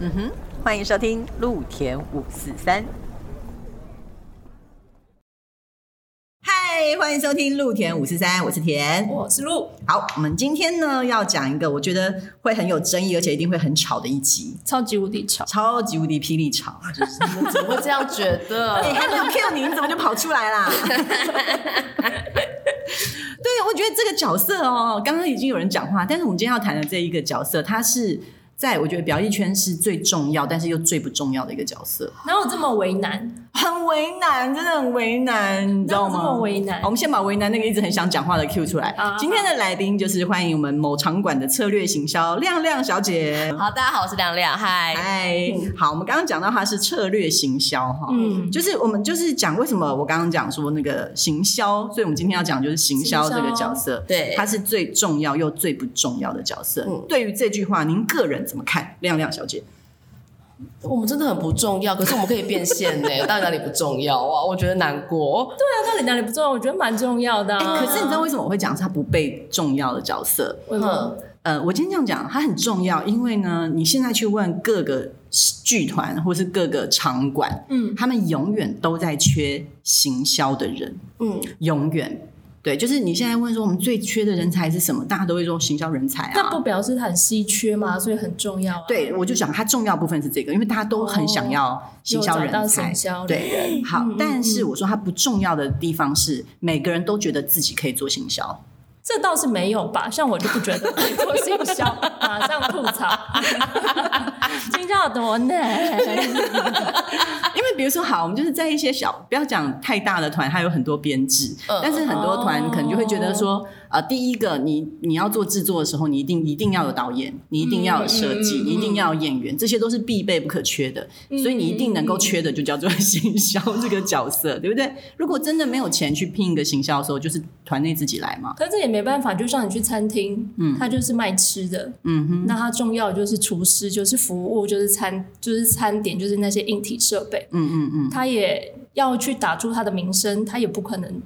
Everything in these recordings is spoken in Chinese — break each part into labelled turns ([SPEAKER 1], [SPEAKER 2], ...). [SPEAKER 1] 嗯哼，欢迎收听露田五四三。嗨，欢迎收听露田五四三，我是田。
[SPEAKER 2] 我是鹿，
[SPEAKER 1] 好，我们今天呢要讲一个我觉得会很有争议，而且一定会很吵的一集，，
[SPEAKER 2] 超级无敌吵
[SPEAKER 1] 超级无敌霹雳吵。就是
[SPEAKER 2] 怎么会这样觉
[SPEAKER 1] 你
[SPEAKER 2] 得？
[SPEAKER 1] 还没有 Q 你，你怎么就跑出来啦？ 对，我觉得这个角色哦，刚刚已经有人讲话，但是我们今天要谈的这一个角色，他是在我觉得表艺圈是最重要，但是又最不重要的一个角色，
[SPEAKER 2] 哪有这么为难？
[SPEAKER 1] 很为难，真的很为难，你知道
[SPEAKER 2] 哪
[SPEAKER 1] 吗？
[SPEAKER 2] 有这么为难
[SPEAKER 1] 好我们先把为难那个一直很想讲话的 Q 出来。
[SPEAKER 2] 啊
[SPEAKER 1] 今天的来宾就是欢迎我们某场馆的策略行销亮亮小姐。
[SPEAKER 3] 好，大家好，我是亮亮，嗨。
[SPEAKER 1] 嗨，好，我们刚刚讲到它是策略行销哈，
[SPEAKER 2] 嗯
[SPEAKER 1] 就是我们就是讲为什么我刚刚讲说那个行销，所以我们今天要讲就是行销
[SPEAKER 2] 行
[SPEAKER 1] 这
[SPEAKER 2] 销
[SPEAKER 1] 个角色，
[SPEAKER 3] 对
[SPEAKER 1] 它是最重要又最不重要的角色。
[SPEAKER 3] 嗯
[SPEAKER 1] 对于这句话，您个人怎么看，亮亮小姐？
[SPEAKER 2] 嗯
[SPEAKER 3] 我们真的很不重要，可是我们可以变现 呢、到底哪里不重要啊？我觉得难过。
[SPEAKER 2] 对啊，到底哪里不重要？我觉得蛮重要的、
[SPEAKER 1] 哎、
[SPEAKER 2] 啊
[SPEAKER 1] 可是你知道为什么我会讲它不被重要的角色？
[SPEAKER 2] 为什么？
[SPEAKER 1] 呃，我今天这样讲，它很重要，因为呢，你现在去问各个剧团或是各个场馆，
[SPEAKER 2] 嗯
[SPEAKER 1] 他们永远都在缺行销的人。
[SPEAKER 3] 嗯，
[SPEAKER 1] 永远。对，就是你现在问说我们最缺的人才是什么，大家都会说行销人才
[SPEAKER 2] 那
[SPEAKER 1] 啊。
[SPEAKER 2] 不表示它很稀缺吗？所以很重要啊。
[SPEAKER 1] 对，我就想它重要部分是这个，因为大家都很想要行销
[SPEAKER 2] 哦有找
[SPEAKER 1] 人
[SPEAKER 2] 到
[SPEAKER 1] 才
[SPEAKER 2] 行。销的嗯
[SPEAKER 1] 对，好，但是我说它不重要的地方是，每个人都觉得自己可以做行销。
[SPEAKER 2] 这倒是没有吧？像我就不觉得可以做行销，马上吐槽， 行销有多难？
[SPEAKER 1] 因为比如说，好，我们就是在一些小，不要讲太大的团，它有很多编制，
[SPEAKER 3] 嗯哦
[SPEAKER 1] 但是很多团可能就会觉得说，呃，第一个你你要做制作的时候，你一定一定要有导演，你一定要有设
[SPEAKER 3] 嗯
[SPEAKER 1] 计，你一定要有演员，这些都是必备不可缺的，所以你一定
[SPEAKER 3] 嗯
[SPEAKER 1] 能够缺的就叫做 行销这个角色，对不对？如果真的没有钱去拼一个行销的时候，就是团内自己来嘛，
[SPEAKER 2] 可是这也没办法，就像你去餐厅，它就是卖吃的，
[SPEAKER 1] 嗯哼，
[SPEAKER 2] 那它重要的就是厨师，就是服务，就是餐，就是餐点，就是那些硬体设备。
[SPEAKER 1] 嗯嗯嗯，
[SPEAKER 2] 他也要去打出他的名声，他也不可能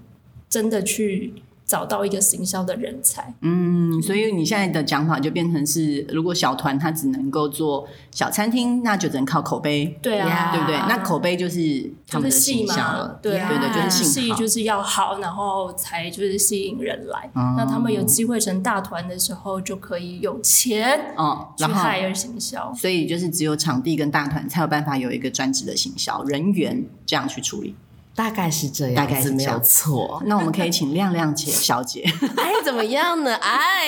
[SPEAKER 2] 真的去找到一个行销的人才。
[SPEAKER 1] 嗯，所以你现在的讲法就变成是，如果小团他只能够做小餐厅，那就只能靠口碑。
[SPEAKER 2] 对啊，
[SPEAKER 3] 呀
[SPEAKER 1] 对不对？那口碑就是他
[SPEAKER 2] 就
[SPEAKER 1] 们
[SPEAKER 2] 是
[SPEAKER 1] 的
[SPEAKER 2] 戏
[SPEAKER 1] 形象
[SPEAKER 2] 嘛
[SPEAKER 1] 了，，
[SPEAKER 2] 对啊，
[SPEAKER 1] 对对，就是
[SPEAKER 2] 戏
[SPEAKER 1] 信号。
[SPEAKER 2] 就是要好，然后才就是吸引人来。
[SPEAKER 1] 哦
[SPEAKER 2] 那他们有机会成大团的时候，就可以有钱
[SPEAKER 1] 嗯，
[SPEAKER 2] 去
[SPEAKER 1] 然后
[SPEAKER 2] hire 行销。
[SPEAKER 1] 所以就是只有场地跟大团才有办法有一个专职的行销人员这样去处理。
[SPEAKER 3] 大概是这样，
[SPEAKER 1] 大概是这样
[SPEAKER 3] 没有错。
[SPEAKER 1] 那我们可以请亮亮姐小 姐
[SPEAKER 3] 哎，怎么样呢？哎，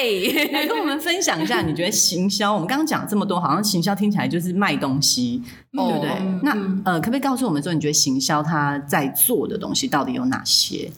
[SPEAKER 1] 来跟我们分享一下，你觉得行销？我们刚刚讲这么多，好像行销听起来就是卖东西，
[SPEAKER 3] 哦
[SPEAKER 1] 对不对？
[SPEAKER 2] 嗯
[SPEAKER 1] 那
[SPEAKER 2] 嗯
[SPEAKER 1] 呃，可不可以告诉我们说，你觉得行销它在做的东西到底有哪些？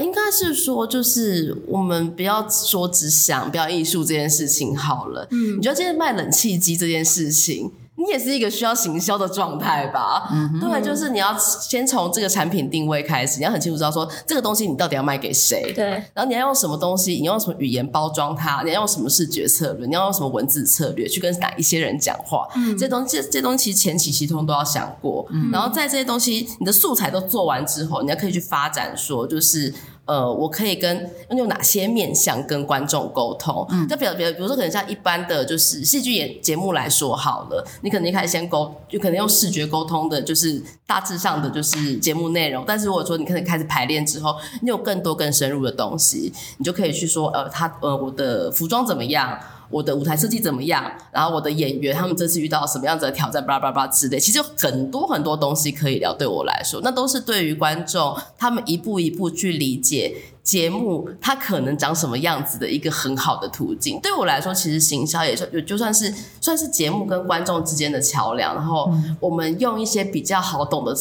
[SPEAKER 3] 应该是说，就是我们不要说只想表演艺术这件事情好了。嗯，你觉得今天卖冷气机这件事情，你也是一个需要行销的状态吧？嗯，对，就是你要先从这个产品定位开始，你要很清楚知道说这个东西你到底要卖给谁。
[SPEAKER 2] 对，
[SPEAKER 3] 然后你要用什么东西，你要用什么语言包装它，你要用什么视觉策略，你要用什么文字策略去跟哪一些人讲话，嗯、这些东西这这些东西其实前期其实通通都要想过，然后在这些东西你的素材都做完之后，你要可以去发展说就是。呃，我可以跟用哪些面向跟观众沟通？嗯，就比如比如比如说，可能像一般的就是戏剧演节目来说好了，你可能一开始先沟，就可能用视觉沟通的，就是大致上的就是节目内容。但是如果说你可能开始排练之后，你有更多更深入的东西，你就可以去说，呃，他呃，我的服装怎么样？我的舞台设计怎么样？然后我的演员他们这次遇到什么样子的挑战，巴拉巴拉巴拉之类，其实有很多很多东西可以聊。对我来说，那都是对于观众他们一步一步去理解节目它可能长什么样子的一个很好的途径。对我来说，其实行销也就就算是算是节目跟观众之间的桥梁，然后我们用一些比较好懂的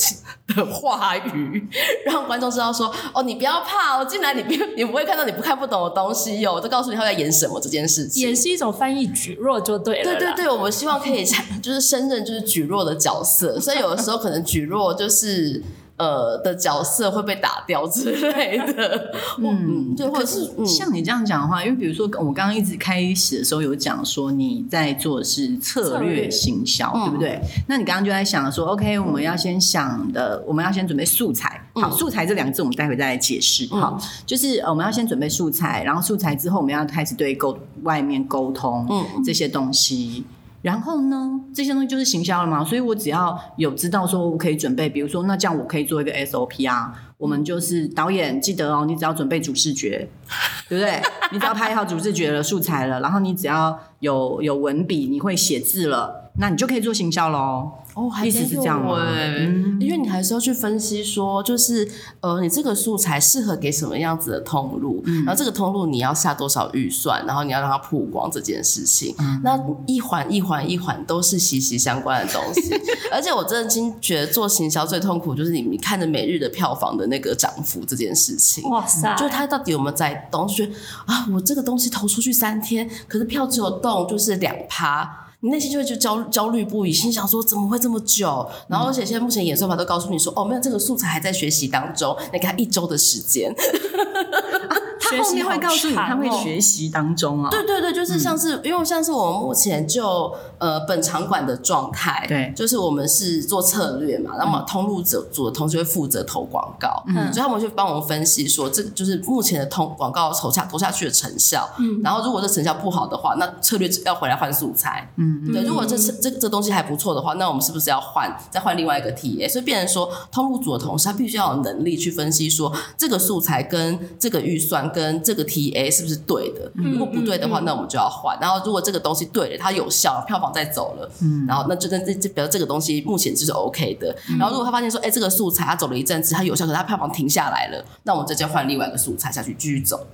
[SPEAKER 3] 的话语，让观众知道说，哦，你不要怕哦，进来你不你不会看到你不看不懂的东西哟、我都告诉你他在演什么这件事情。
[SPEAKER 2] 也是一种翻译举弱就对了。
[SPEAKER 3] 对对，对，我们希望可以 产就是胜任就是举弱的角色， 所以有的时候可能举弱就是呃的角色会被打掉之类的， 嗯，对，或者是嗯
[SPEAKER 1] 像你这样讲的话，因为比如说我刚刚一直开始的时候有讲说你在做的是策
[SPEAKER 2] 策
[SPEAKER 1] 略
[SPEAKER 2] 略
[SPEAKER 1] 行销，
[SPEAKER 3] 嗯
[SPEAKER 1] 对不对？那你刚刚就在想说，OK，我们要先想的，我们要先准备素材。好，
[SPEAKER 3] 嗯
[SPEAKER 1] 素材这两个字我们待会再来解释。
[SPEAKER 3] 嗯
[SPEAKER 1] 好，就是呃我们要先准备素材，然后素材之后我们要开始对沟外面沟通
[SPEAKER 3] 嗯
[SPEAKER 1] 这些东西。然后呢，这些东西就是行销了嘛，所以我只要有知道说我可以准备，比如说那这样我可以做一个 SOP 啊，我们就是导演记得哦，你只要准备主视觉，对不对？ 你只要拍好主视觉了素材了，然后你只要有有文笔，你会写字了，那你就可以做行销喽。
[SPEAKER 3] 哦，还
[SPEAKER 1] 意思是这样吗
[SPEAKER 3] 对，嗯因为你还是要去分析说，就是呃，你这个素材适合给什么样子的通路，
[SPEAKER 1] 嗯
[SPEAKER 3] 然后这个通路你要下多少预算，然后你要让它曝光这件事情，
[SPEAKER 1] 嗯
[SPEAKER 3] 那一环一环一环都是息息相关的东西。 而且我真的经觉得做行销最痛苦，就是你你看着每日的票房的那个涨幅这件事情。
[SPEAKER 2] 哇塞，
[SPEAKER 3] 就是它到底有没有在动？就觉得啊，我这个东西投出去三天，可是票只有动就是两趴，你内心就会觉得焦焦虑不已，心想说怎么会这么久？然后而且现在目前演算法都告诉你说，哦，没有这个素材还在学习当中，你给他一周的时间。
[SPEAKER 1] 他后面会告诉你，他会
[SPEAKER 2] 学习好长哦
[SPEAKER 1] 学习当中啊、
[SPEAKER 3] 对对对，就是像是、因为像是我们目前就呃本场馆的状态，
[SPEAKER 1] 对嗯
[SPEAKER 3] 就是我们是做策略嘛，那么通路组组的同学会负责投广告，
[SPEAKER 2] 嗯
[SPEAKER 3] 所以他们就帮我们分析说，这就是目前的通广告投下投下去的成效，嗯，然后如果这成效不好的话，那策略要回来换素材，
[SPEAKER 1] 嗯
[SPEAKER 3] 对，如果这次这这东西还不错的话，那我们是不是要换再换另外一个 TA？所以变成说，通路组的同事他必须要有能力去分析说这个素材跟这个预算跟这个 TA 是不是对的，
[SPEAKER 1] 嗯
[SPEAKER 3] 如果不对的话，那我们就要换。然后如果这个东西对了，它有效，票房再走了，
[SPEAKER 1] 嗯
[SPEAKER 3] 然后那就跟这这比如这个东西目前就是 OK 的。然后如果他发现说，哎、这个素材它走了一阵子，它有效，可是它票房停下来了，那我们这就换另外一个素材下去继续走。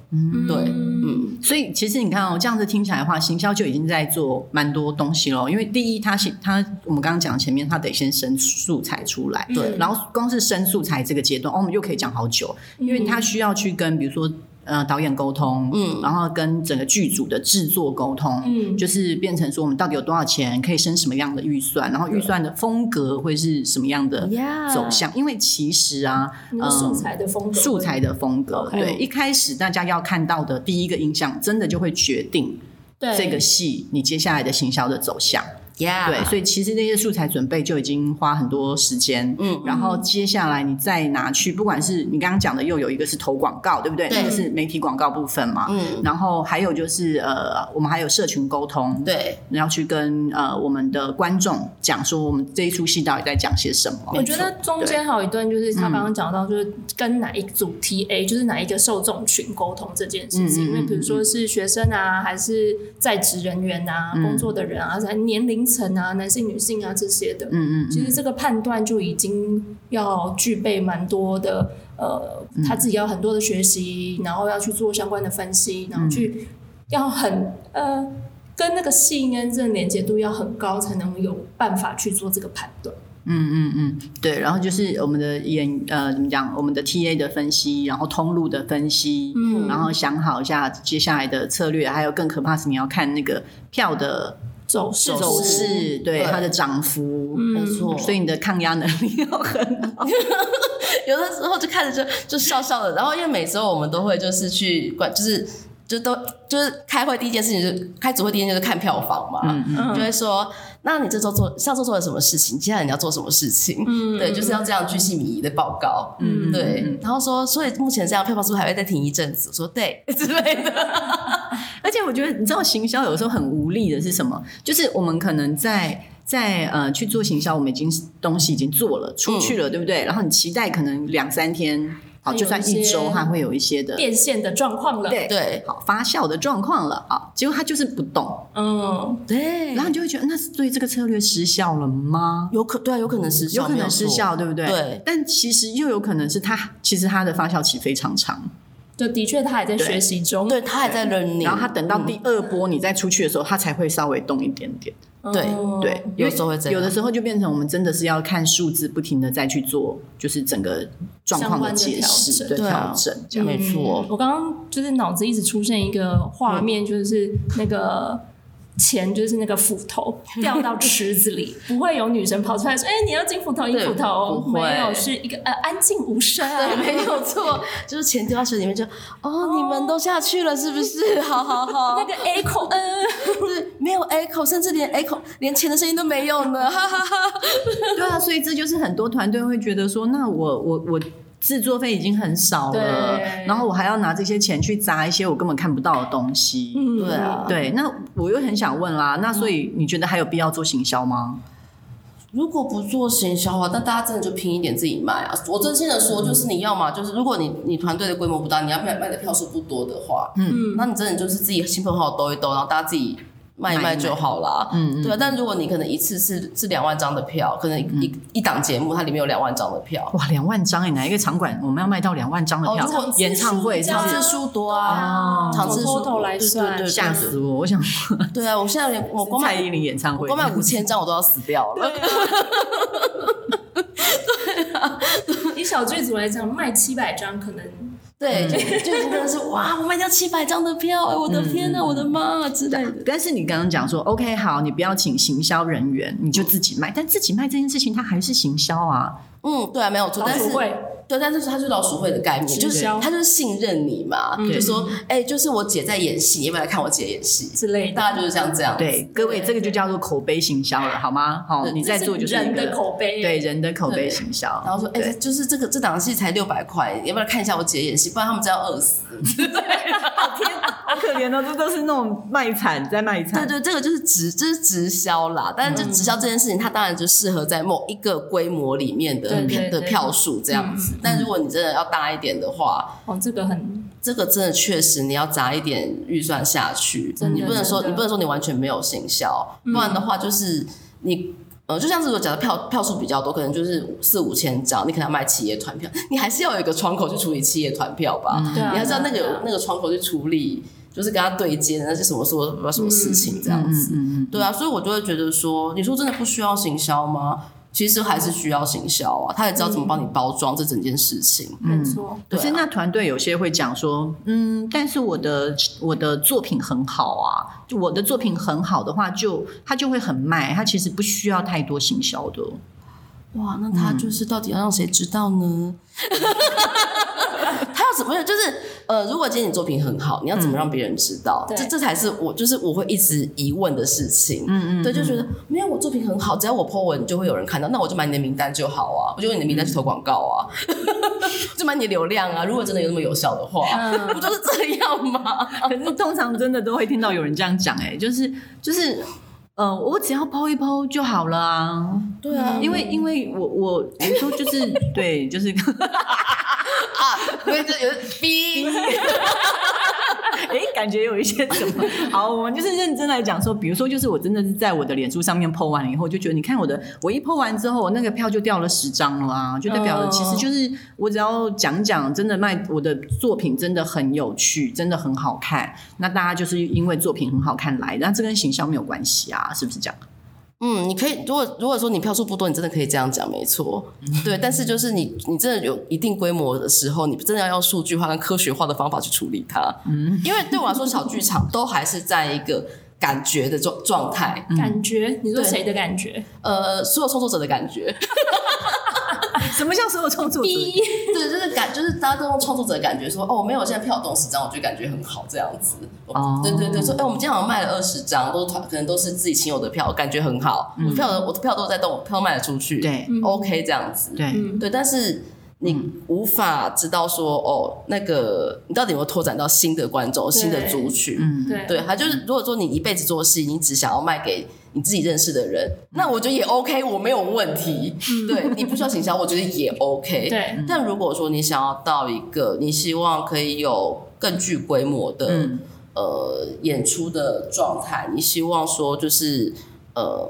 [SPEAKER 3] 对，嗯，
[SPEAKER 1] 所以其实你看哦，这样子听起来的话，行销就已经在做蛮多东西咯。因为第一，它行它我们刚刚讲前面，它得先生素材出来，
[SPEAKER 3] 对
[SPEAKER 1] 然后光是生素材这个阶段，哦，我们又可以讲好久，因为它需要去跟比如说呃导演沟通，
[SPEAKER 3] 嗯
[SPEAKER 1] 然后跟整个剧组的制作沟通，
[SPEAKER 2] 嗯
[SPEAKER 1] 就是变成说我们到底有多少钱，可以生什么样的预算，然后预算的风格会是什么样的
[SPEAKER 3] Yeah
[SPEAKER 1] 走向因为其实啊，
[SPEAKER 2] 你
[SPEAKER 1] 嗯
[SPEAKER 2] 说素材的风格，
[SPEAKER 1] 素材的风格。
[SPEAKER 2] OK
[SPEAKER 1] 对，一开始大家要看到的第一个印象，真的就会决定
[SPEAKER 2] 对
[SPEAKER 1] 这个戏你接下来的行销的走向。
[SPEAKER 3] ，Yeah，
[SPEAKER 1] 对，所以其实那些素材准备就已经花很多时间。
[SPEAKER 3] 嗯
[SPEAKER 1] 然后接下来你再拿去，不管是你刚刚讲的，又有一个是投广告，对不对？
[SPEAKER 3] 对
[SPEAKER 1] 那个是媒体广告部分嘛。
[SPEAKER 3] 嗯，
[SPEAKER 1] 然后还有就是呃，我们还有社群沟通，，
[SPEAKER 3] 对。
[SPEAKER 1] 你要去跟呃我们的观众讲说，我们这一出戏到底在讲些什么。
[SPEAKER 2] 我觉得中间还有一段就是
[SPEAKER 1] 嗯
[SPEAKER 2] 他刚刚讲到，就是跟哪一组 TA，、就是哪一个受众群沟通这件事
[SPEAKER 1] 嗯嗯嗯
[SPEAKER 2] 情。因为比如说是学生啊，还是在职人员啊、
[SPEAKER 1] 嗯
[SPEAKER 2] 工作的人啊，还是年龄层啊、男性、女性啊这些的，
[SPEAKER 1] 嗯嗯
[SPEAKER 2] 其实这个判断就已经要具备蛮多的，呃，
[SPEAKER 1] 嗯
[SPEAKER 2] 他自己要很多的学习，然后要去做相关的分析，
[SPEAKER 1] 嗯
[SPEAKER 2] 然后去要很呃。跟那个信跟这个连接度要很高，才能有办法去做这个判断。
[SPEAKER 1] 嗯嗯嗯，对，然后就是我们的演呃怎么讲，我们的 TA 的分析，然后通路的分析，嗯，然后想好一下接下来的策略，还有更可怕是你要看那个票的
[SPEAKER 2] 走势
[SPEAKER 1] 走势，对
[SPEAKER 3] 对嗯
[SPEAKER 1] 它的涨幅，
[SPEAKER 3] 没错，
[SPEAKER 1] 嗯所以你的抗压能力要很 好。
[SPEAKER 3] 有的时候就看着就就笑笑的，然后因为每周我们都会就是去管，就是就都就是开会第一件事情就是开组会第一件就是看票房嘛，
[SPEAKER 1] 嗯
[SPEAKER 2] 嗯
[SPEAKER 3] 就会说，那你这周做上周做了什么事情，接下来你要做什么事情，嗯，对，就是要这样居心民疑的报告，嗯，对，然后说，所以目前这样票房是不是还会再停一阵子？我说对 之类的，
[SPEAKER 1] 而且我觉得，你知道行销有时候很无力的是什么？就是我们可能在在呃去做行销，我们已经东西已经做了，出去了，对不对？然后你期待可能两三天，好，
[SPEAKER 2] 会
[SPEAKER 1] 就
[SPEAKER 2] 有
[SPEAKER 1] 算
[SPEAKER 2] 一
[SPEAKER 1] 一
[SPEAKER 2] 些
[SPEAKER 1] 周，它会有一些的
[SPEAKER 2] 变现的状况了。，
[SPEAKER 1] 对
[SPEAKER 3] 对
[SPEAKER 1] 好发酵的状况了啊，结果他就是不动，
[SPEAKER 2] 嗯，
[SPEAKER 3] 对
[SPEAKER 1] 然后你就会觉得那是对这个策略失效了吗？
[SPEAKER 3] 有可对啊，有可能失效，
[SPEAKER 1] 有可能失效，对不对？
[SPEAKER 3] 对。
[SPEAKER 1] 但其实又有可能是他，其实他的发酵期非常长，
[SPEAKER 2] 就的确他还在学习中。
[SPEAKER 3] 没有错，对他还在 learning，
[SPEAKER 1] 然后他等到第二波你再出去的时候，他才会稍微动一点点。
[SPEAKER 2] 嗯
[SPEAKER 3] 对
[SPEAKER 1] 对，因为
[SPEAKER 3] 哦有时候会这样
[SPEAKER 1] 有的时候就变成我们真的是要看数字，不停的再去做，就是整个状况解释、
[SPEAKER 2] 相关的调整
[SPEAKER 1] 对
[SPEAKER 3] 对啊
[SPEAKER 1] 调整这样。
[SPEAKER 3] 没错，
[SPEAKER 2] 嗯我刚刚就是脑子一直出现一个画面，就是那个。钱就是那个斧 头掉到池子里，不会有女生跑出来说：“哎、你要金斧头，银
[SPEAKER 3] 对
[SPEAKER 2] 斧头。”
[SPEAKER 3] 不会
[SPEAKER 2] 没有，是一个呃安静无声啊。
[SPEAKER 3] 对，没有错，就是钱丢到水里面就，哦，你们都下去了是不是？ 好好好，
[SPEAKER 2] 那个 A 口，嗯，
[SPEAKER 3] 就是没有 echo，甚至连 echo 连钱的声音都没有呢，哈哈哈。
[SPEAKER 1] 对啊，所以这就是很多团队会觉得说，那我我我。制作费已经很少了
[SPEAKER 2] 对，
[SPEAKER 1] 然后我还要拿这些钱去砸一些我根本看不到的东西。
[SPEAKER 2] 嗯
[SPEAKER 3] 对啊
[SPEAKER 1] 对，那我又很想问啦，那所
[SPEAKER 3] 嗯
[SPEAKER 1] 以你觉得还有必要做行销吗？
[SPEAKER 3] 如果不做行销啊，那大家真的就拼一点自己卖啊！我真心的说，就是你要嘛，就是如果你你团队的规模不大，你要卖卖的票数不多的话，
[SPEAKER 2] 嗯
[SPEAKER 3] 那你真的就是自己亲朋好友兜一兜，然后大家自己卖一卖就好啦。
[SPEAKER 1] 嗯
[SPEAKER 3] 对啊，但如果你可能一次是是两万张的票，可能一、
[SPEAKER 1] 嗯
[SPEAKER 3] 一档节目它里面有两万张的票，
[SPEAKER 1] 哇，两万张哎，哪一个场馆我们要卖到两万张的
[SPEAKER 3] 哦
[SPEAKER 1] 票？
[SPEAKER 3] 如果
[SPEAKER 1] 演唱会
[SPEAKER 2] 自
[SPEAKER 1] 是
[SPEAKER 2] 己
[SPEAKER 1] 不
[SPEAKER 3] 场
[SPEAKER 1] 是哦
[SPEAKER 2] 家
[SPEAKER 3] 次数多
[SPEAKER 2] 啊
[SPEAKER 3] 啊，场次
[SPEAKER 2] 从
[SPEAKER 3] 数
[SPEAKER 2] total 来
[SPEAKER 3] 对
[SPEAKER 2] 算
[SPEAKER 3] 对对
[SPEAKER 1] 吓死我！我想
[SPEAKER 3] 对对啊！我现在连我光
[SPEAKER 1] 蔡
[SPEAKER 3] 买
[SPEAKER 1] 依林演唱
[SPEAKER 3] 我
[SPEAKER 1] 会，
[SPEAKER 3] 光买五千张我都要死 掉了。
[SPEAKER 2] 以小剧组来讲，卖七百张可能
[SPEAKER 3] 对，就就真的是哇，我卖掉七百张的票，哎，我
[SPEAKER 2] 嗯
[SPEAKER 3] 的天呐，我的妈之类的。
[SPEAKER 1] 但是你刚刚讲说，OK，好，你不要请行销人员，你就自己卖。但自己卖这件事情，它还是行销啊。
[SPEAKER 3] 嗯，对啊，没有错，
[SPEAKER 2] 老
[SPEAKER 3] 但
[SPEAKER 2] 鼠
[SPEAKER 3] 是
[SPEAKER 2] 会
[SPEAKER 3] 对，但是它就是老鼠会的概念，就是
[SPEAKER 2] 销
[SPEAKER 3] 他就是信任你嘛，
[SPEAKER 1] 对
[SPEAKER 3] 就说哎，就是我姐在演戏，你要不要来看我姐演戏？
[SPEAKER 2] 之类的，
[SPEAKER 3] 大家就是像这样子。
[SPEAKER 1] 对，各位，
[SPEAKER 2] 对
[SPEAKER 1] 这个就叫做口碑行销了，好吗？好，
[SPEAKER 3] 对
[SPEAKER 1] 你在做就是一
[SPEAKER 2] 人
[SPEAKER 1] 个
[SPEAKER 2] 的口碑，
[SPEAKER 1] 对人的口碑行销。
[SPEAKER 3] 然后说，哎、
[SPEAKER 1] 对
[SPEAKER 3] 就是这个这档戏才六百块，要不要来看一下我姐演戏？不然他们真要饿死。
[SPEAKER 1] 好可怜哦，这都是那种卖惨在卖
[SPEAKER 3] 对
[SPEAKER 1] 惨。啊
[SPEAKER 3] 对，这个就是直，这是直销啦。但是就直销这件事情，它当然就适合在某一个规模里面的
[SPEAKER 2] 对对
[SPEAKER 3] 的
[SPEAKER 2] 对
[SPEAKER 3] 票数这样子。但如果你真的要大一点的话，
[SPEAKER 2] 哦，这个很
[SPEAKER 3] 这个真的确实你要砸一点预算下去
[SPEAKER 2] 真，的
[SPEAKER 3] 你不能说
[SPEAKER 2] 真的嗯
[SPEAKER 3] 你不能说你完全没有行销，不然的话就是你。呃，就像是我讲的票票数比较多，可能就是四五千张，你可能要卖企业团票，你还是要有一个窗口去处理企业团票吧。
[SPEAKER 2] 对啊，
[SPEAKER 3] 你还是要那
[SPEAKER 2] 对
[SPEAKER 3] 个
[SPEAKER 2] 啊
[SPEAKER 3] 那个窗口去处理，就是跟他对接的那些什么说不知道什么事情这样
[SPEAKER 2] 嗯
[SPEAKER 3] 子。对啊，所以我就会觉得说，你说真的不需要行销吗？其实还是需要行销啊，他也知道怎么帮你包装这整件事情。
[SPEAKER 2] 没错，
[SPEAKER 1] 可是
[SPEAKER 3] 对啊
[SPEAKER 1] 那团队有些会讲说，嗯，但是我的我的作品很好啊，就我的作品很好的话就，它就会很卖，它其实不需要太多行销的。
[SPEAKER 3] 哇，那他就是到底要让谁知道呢？ 他要怎么样？就是呃，如果今天你作品很好，你要怎么让别人知道？
[SPEAKER 2] 对
[SPEAKER 3] 这这才是我就是我会一直疑问的事情。嗯嗯，对，就觉得没有我作品很好，只要我 po 文就会有人看到，那我就买你的名单就好啊，我就用你的名单去投广告啊， 就买你的流量啊。如果真的有那么有效的话，不就是这样 吗？
[SPEAKER 1] 可是通常真的都会听到有人这样讲，哎，就是就是，呃，我只要抛一抛就好了啊。
[SPEAKER 3] 对啊
[SPEAKER 1] 因为因为我我我说就是 对，就是
[SPEAKER 3] 啊，因为这有逼。
[SPEAKER 1] 哎，感觉有一些什么。好，我们就是认真来讲说，比如说就是我真的是在我的脸书上面 PO 完了以后，就觉得你看我的，我一 PO 完之后，我那个票就掉了十张了啊，就代表了
[SPEAKER 2] 哦
[SPEAKER 1] 其实就是我只要讲讲，真的卖我的作品真的很有趣，真的很好看，那大家就是因为作品很好看来的，那这跟形象没有关系啊，是不是这样？
[SPEAKER 3] 嗯，你可以，如果如果说你票数不多，你真的可以这样讲，没错，对。但是就是你，你真的有一定规模的时候，你真的要用数据化跟科学化的方法去处理它。嗯，因为对我来说，小剧场都还是在一个感觉的状状态，
[SPEAKER 2] 感觉你说
[SPEAKER 3] 对
[SPEAKER 2] 谁的感觉？
[SPEAKER 3] 呃，所有创作者的感觉，
[SPEAKER 1] 什么叫所有创作者？
[SPEAKER 2] 逼
[SPEAKER 3] 对，就是感，就是大家都用创作者的感觉说，哦，没有，我现在票动十张，我就感觉很好这样子。
[SPEAKER 1] 哦
[SPEAKER 3] 对对对，说，哎、我们今天好像卖了二十张，都是团，可能都是自己亲友的票，感觉很好，我票我的票都在动，我票卖得出去，
[SPEAKER 1] 嗯对
[SPEAKER 3] ，OK 这样子，
[SPEAKER 1] 对，
[SPEAKER 2] 嗯
[SPEAKER 3] 对，但是你无法知道说哦，那个你到底有没有拓展到新的观众、新的族群？
[SPEAKER 1] 嗯，
[SPEAKER 2] 对
[SPEAKER 3] 对，还就是如果说你一辈子做戏，你只想要卖给你自己认识的人，那我觉得也 OK，我没有问题。对你不需要行销，我觉得也 OK。
[SPEAKER 2] 对，
[SPEAKER 3] 但如果说你想要到一个你希望可以有更具规模的、
[SPEAKER 1] 嗯
[SPEAKER 3] 呃演出的状态，你希望说就是呃，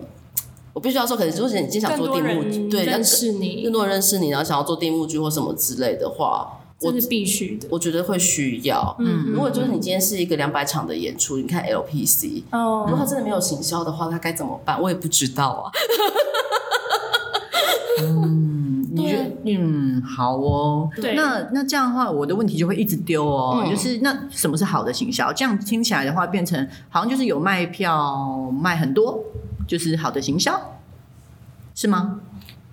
[SPEAKER 3] 我必须要说，可能如果你经常
[SPEAKER 2] 更
[SPEAKER 3] 做
[SPEAKER 2] 多
[SPEAKER 3] 定目，
[SPEAKER 2] 人
[SPEAKER 3] 对，但
[SPEAKER 2] 认
[SPEAKER 3] 是。
[SPEAKER 2] 识
[SPEAKER 3] 更
[SPEAKER 2] 你，
[SPEAKER 3] 多人认识你，然后想要做定目剧或什么之类的话，我
[SPEAKER 2] 这是必须的。
[SPEAKER 3] 我觉得会需要。
[SPEAKER 2] 嗯
[SPEAKER 3] 如果就是你今天是一个两百场的演出，你看 LPC，如
[SPEAKER 2] 哦，
[SPEAKER 3] 果他真的没有行销的话，他该怎么办？我也不知道啊。
[SPEAKER 1] 你觉得嗯好哦，
[SPEAKER 2] 对
[SPEAKER 1] 那那这样的话，我的问题就会一直丢哦，
[SPEAKER 3] 嗯
[SPEAKER 1] 就是那什么是好的行销？这样听起来的话，变成好像就是有卖票卖很多，就是好的行销，是吗？